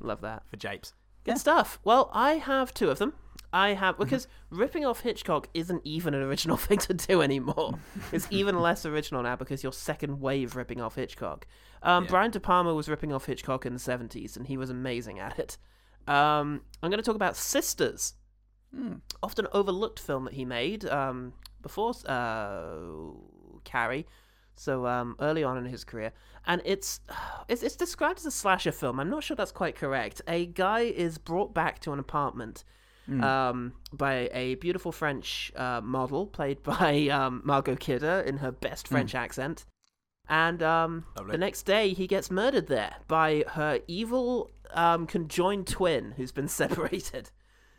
Speaker 1: Love that.
Speaker 2: for japes.
Speaker 1: Good stuff. Well, I have two of them. I have
Speaker 2: Mm-hmm.
Speaker 1: because ripping off Hitchcock isn't even an original (laughs) thing to do anymore.
Speaker 2: (laughs)
Speaker 1: it's even less original now because you're second wave ripping off Hitchcock. Um, Brian De Palma was ripping off Hitchcock in the seventies, and he was amazing at it. Um, I'm going to talk about Sisters, often overlooked film that he made um, before uh, Carrie. So um, early on in his career, and it's, (sighs) it's it's described as a slasher film. I'm not sure that's quite correct. A guy is brought back to an apartment
Speaker 13: Mm.
Speaker 1: um, by a beautiful French uh, model played (laughs) by um, Margot Kidder in her best French accent, and um,
Speaker 2: Lovely.
Speaker 1: the next day he gets murdered there by her evil um, conjoined twin who's been (laughs) separated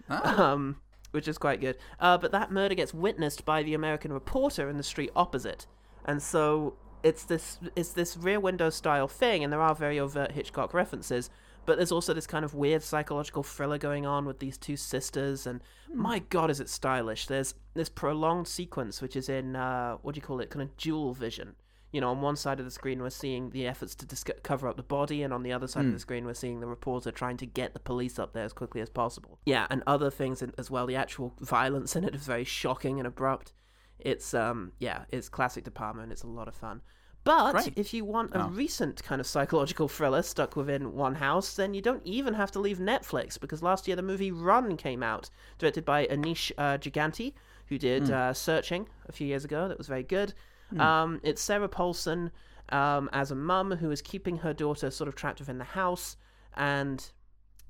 Speaker 1: um, which is quite good. Uh, but that murder gets witnessed by the American reporter in the street opposite, and so it's this it's this Rear Window style thing, and there are very overt Hitchcock references. But there's also this kind of weird psychological thriller going on with these two sisters, and my god, is it stylish! There's this prolonged sequence which is in uh, what do you call it, kind of dual vision. You know, on one side of the screen we're seeing the efforts to disco- cover up the body, and on the other side of
Speaker 2: Mm.
Speaker 1: the screen we're seeing the reporter trying to get the police up there as quickly as possible yeah and other things in, as well the actual violence in it is very shocking and abrupt it's um yeah it's classic department it's a lot of fun but
Speaker 2: Great.
Speaker 1: if you want a
Speaker 2: Oh.
Speaker 1: recent kind of psychological thriller stuck within one house then you don't even have to leave netflix because last year the movie run came out directed by anish uh, giganti who did
Speaker 2: Mm.
Speaker 1: uh, searching a few years ago that was very good
Speaker 2: Mm.
Speaker 1: um, it's sarah paulson um, as a mum who is keeping her daughter sort of trapped within the house. And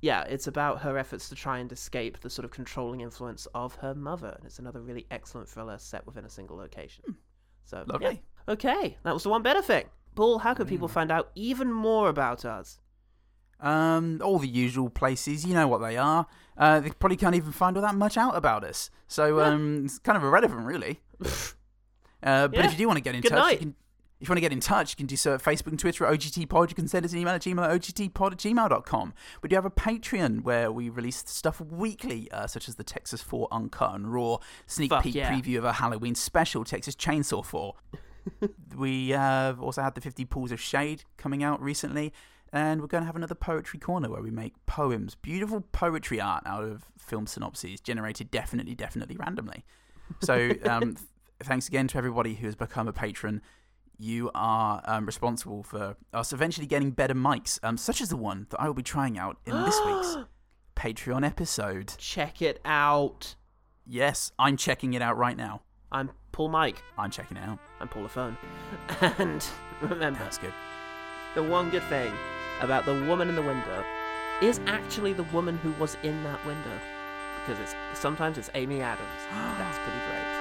Speaker 1: yeah, it's about her efforts to try and escape the sort of controlling influence of her mother. And it's another really excellent thriller set within a single location. So
Speaker 2: Hmm. Lovely. Hmm.
Speaker 1: yeah. Okay, that was the one better thing. Paul, how can people find out even more about us?
Speaker 2: Um, all the usual places, you know what they are. Uh, they probably can't even find all that much out about us, so um, it's kind of
Speaker 1: (laughs)
Speaker 2: irrelevant, really. uh, but
Speaker 1: Yeah.
Speaker 2: if you do want to get in
Speaker 1: Good
Speaker 2: touch, you
Speaker 1: night.
Speaker 2: can. If you want to get in touch, you can do so at Facebook and Twitter at OGTpod. You can send us an email at gmail at OGTpod at gmail.com. We do have a Patreon where we release stuff weekly, uh, such as the Texas 4 Uncut and Raw, sneak
Speaker 1: Fuck
Speaker 2: peek
Speaker 1: yeah.
Speaker 2: preview of a Halloween special, Texas Chainsaw
Speaker 1: (laughs)
Speaker 2: 4. we have also had the 50 Pools of Shade coming out recently, and we're going to have another poetry corner where we make poems, beautiful poetry art out of film synopses generated definitely, definitely randomly. So, um, th- thanks again to everybody who has become a patron. You are um, responsible for us eventually getting better mics, um, such as the one that I will be trying out (gasps) in this week's Patreon episode.
Speaker 1: (gasps) Check it out.
Speaker 2: Yes, I'm checking it out right now.
Speaker 1: I'm Paul Mike.
Speaker 2: I'm checking it out.
Speaker 1: I'm Paul the Phone. (laughs) And remember,
Speaker 2: That's good.
Speaker 1: the one good thing about the woman in the window is actually the woman who was in that window. Because it's sometimes it's Amy Adams. That's pretty great.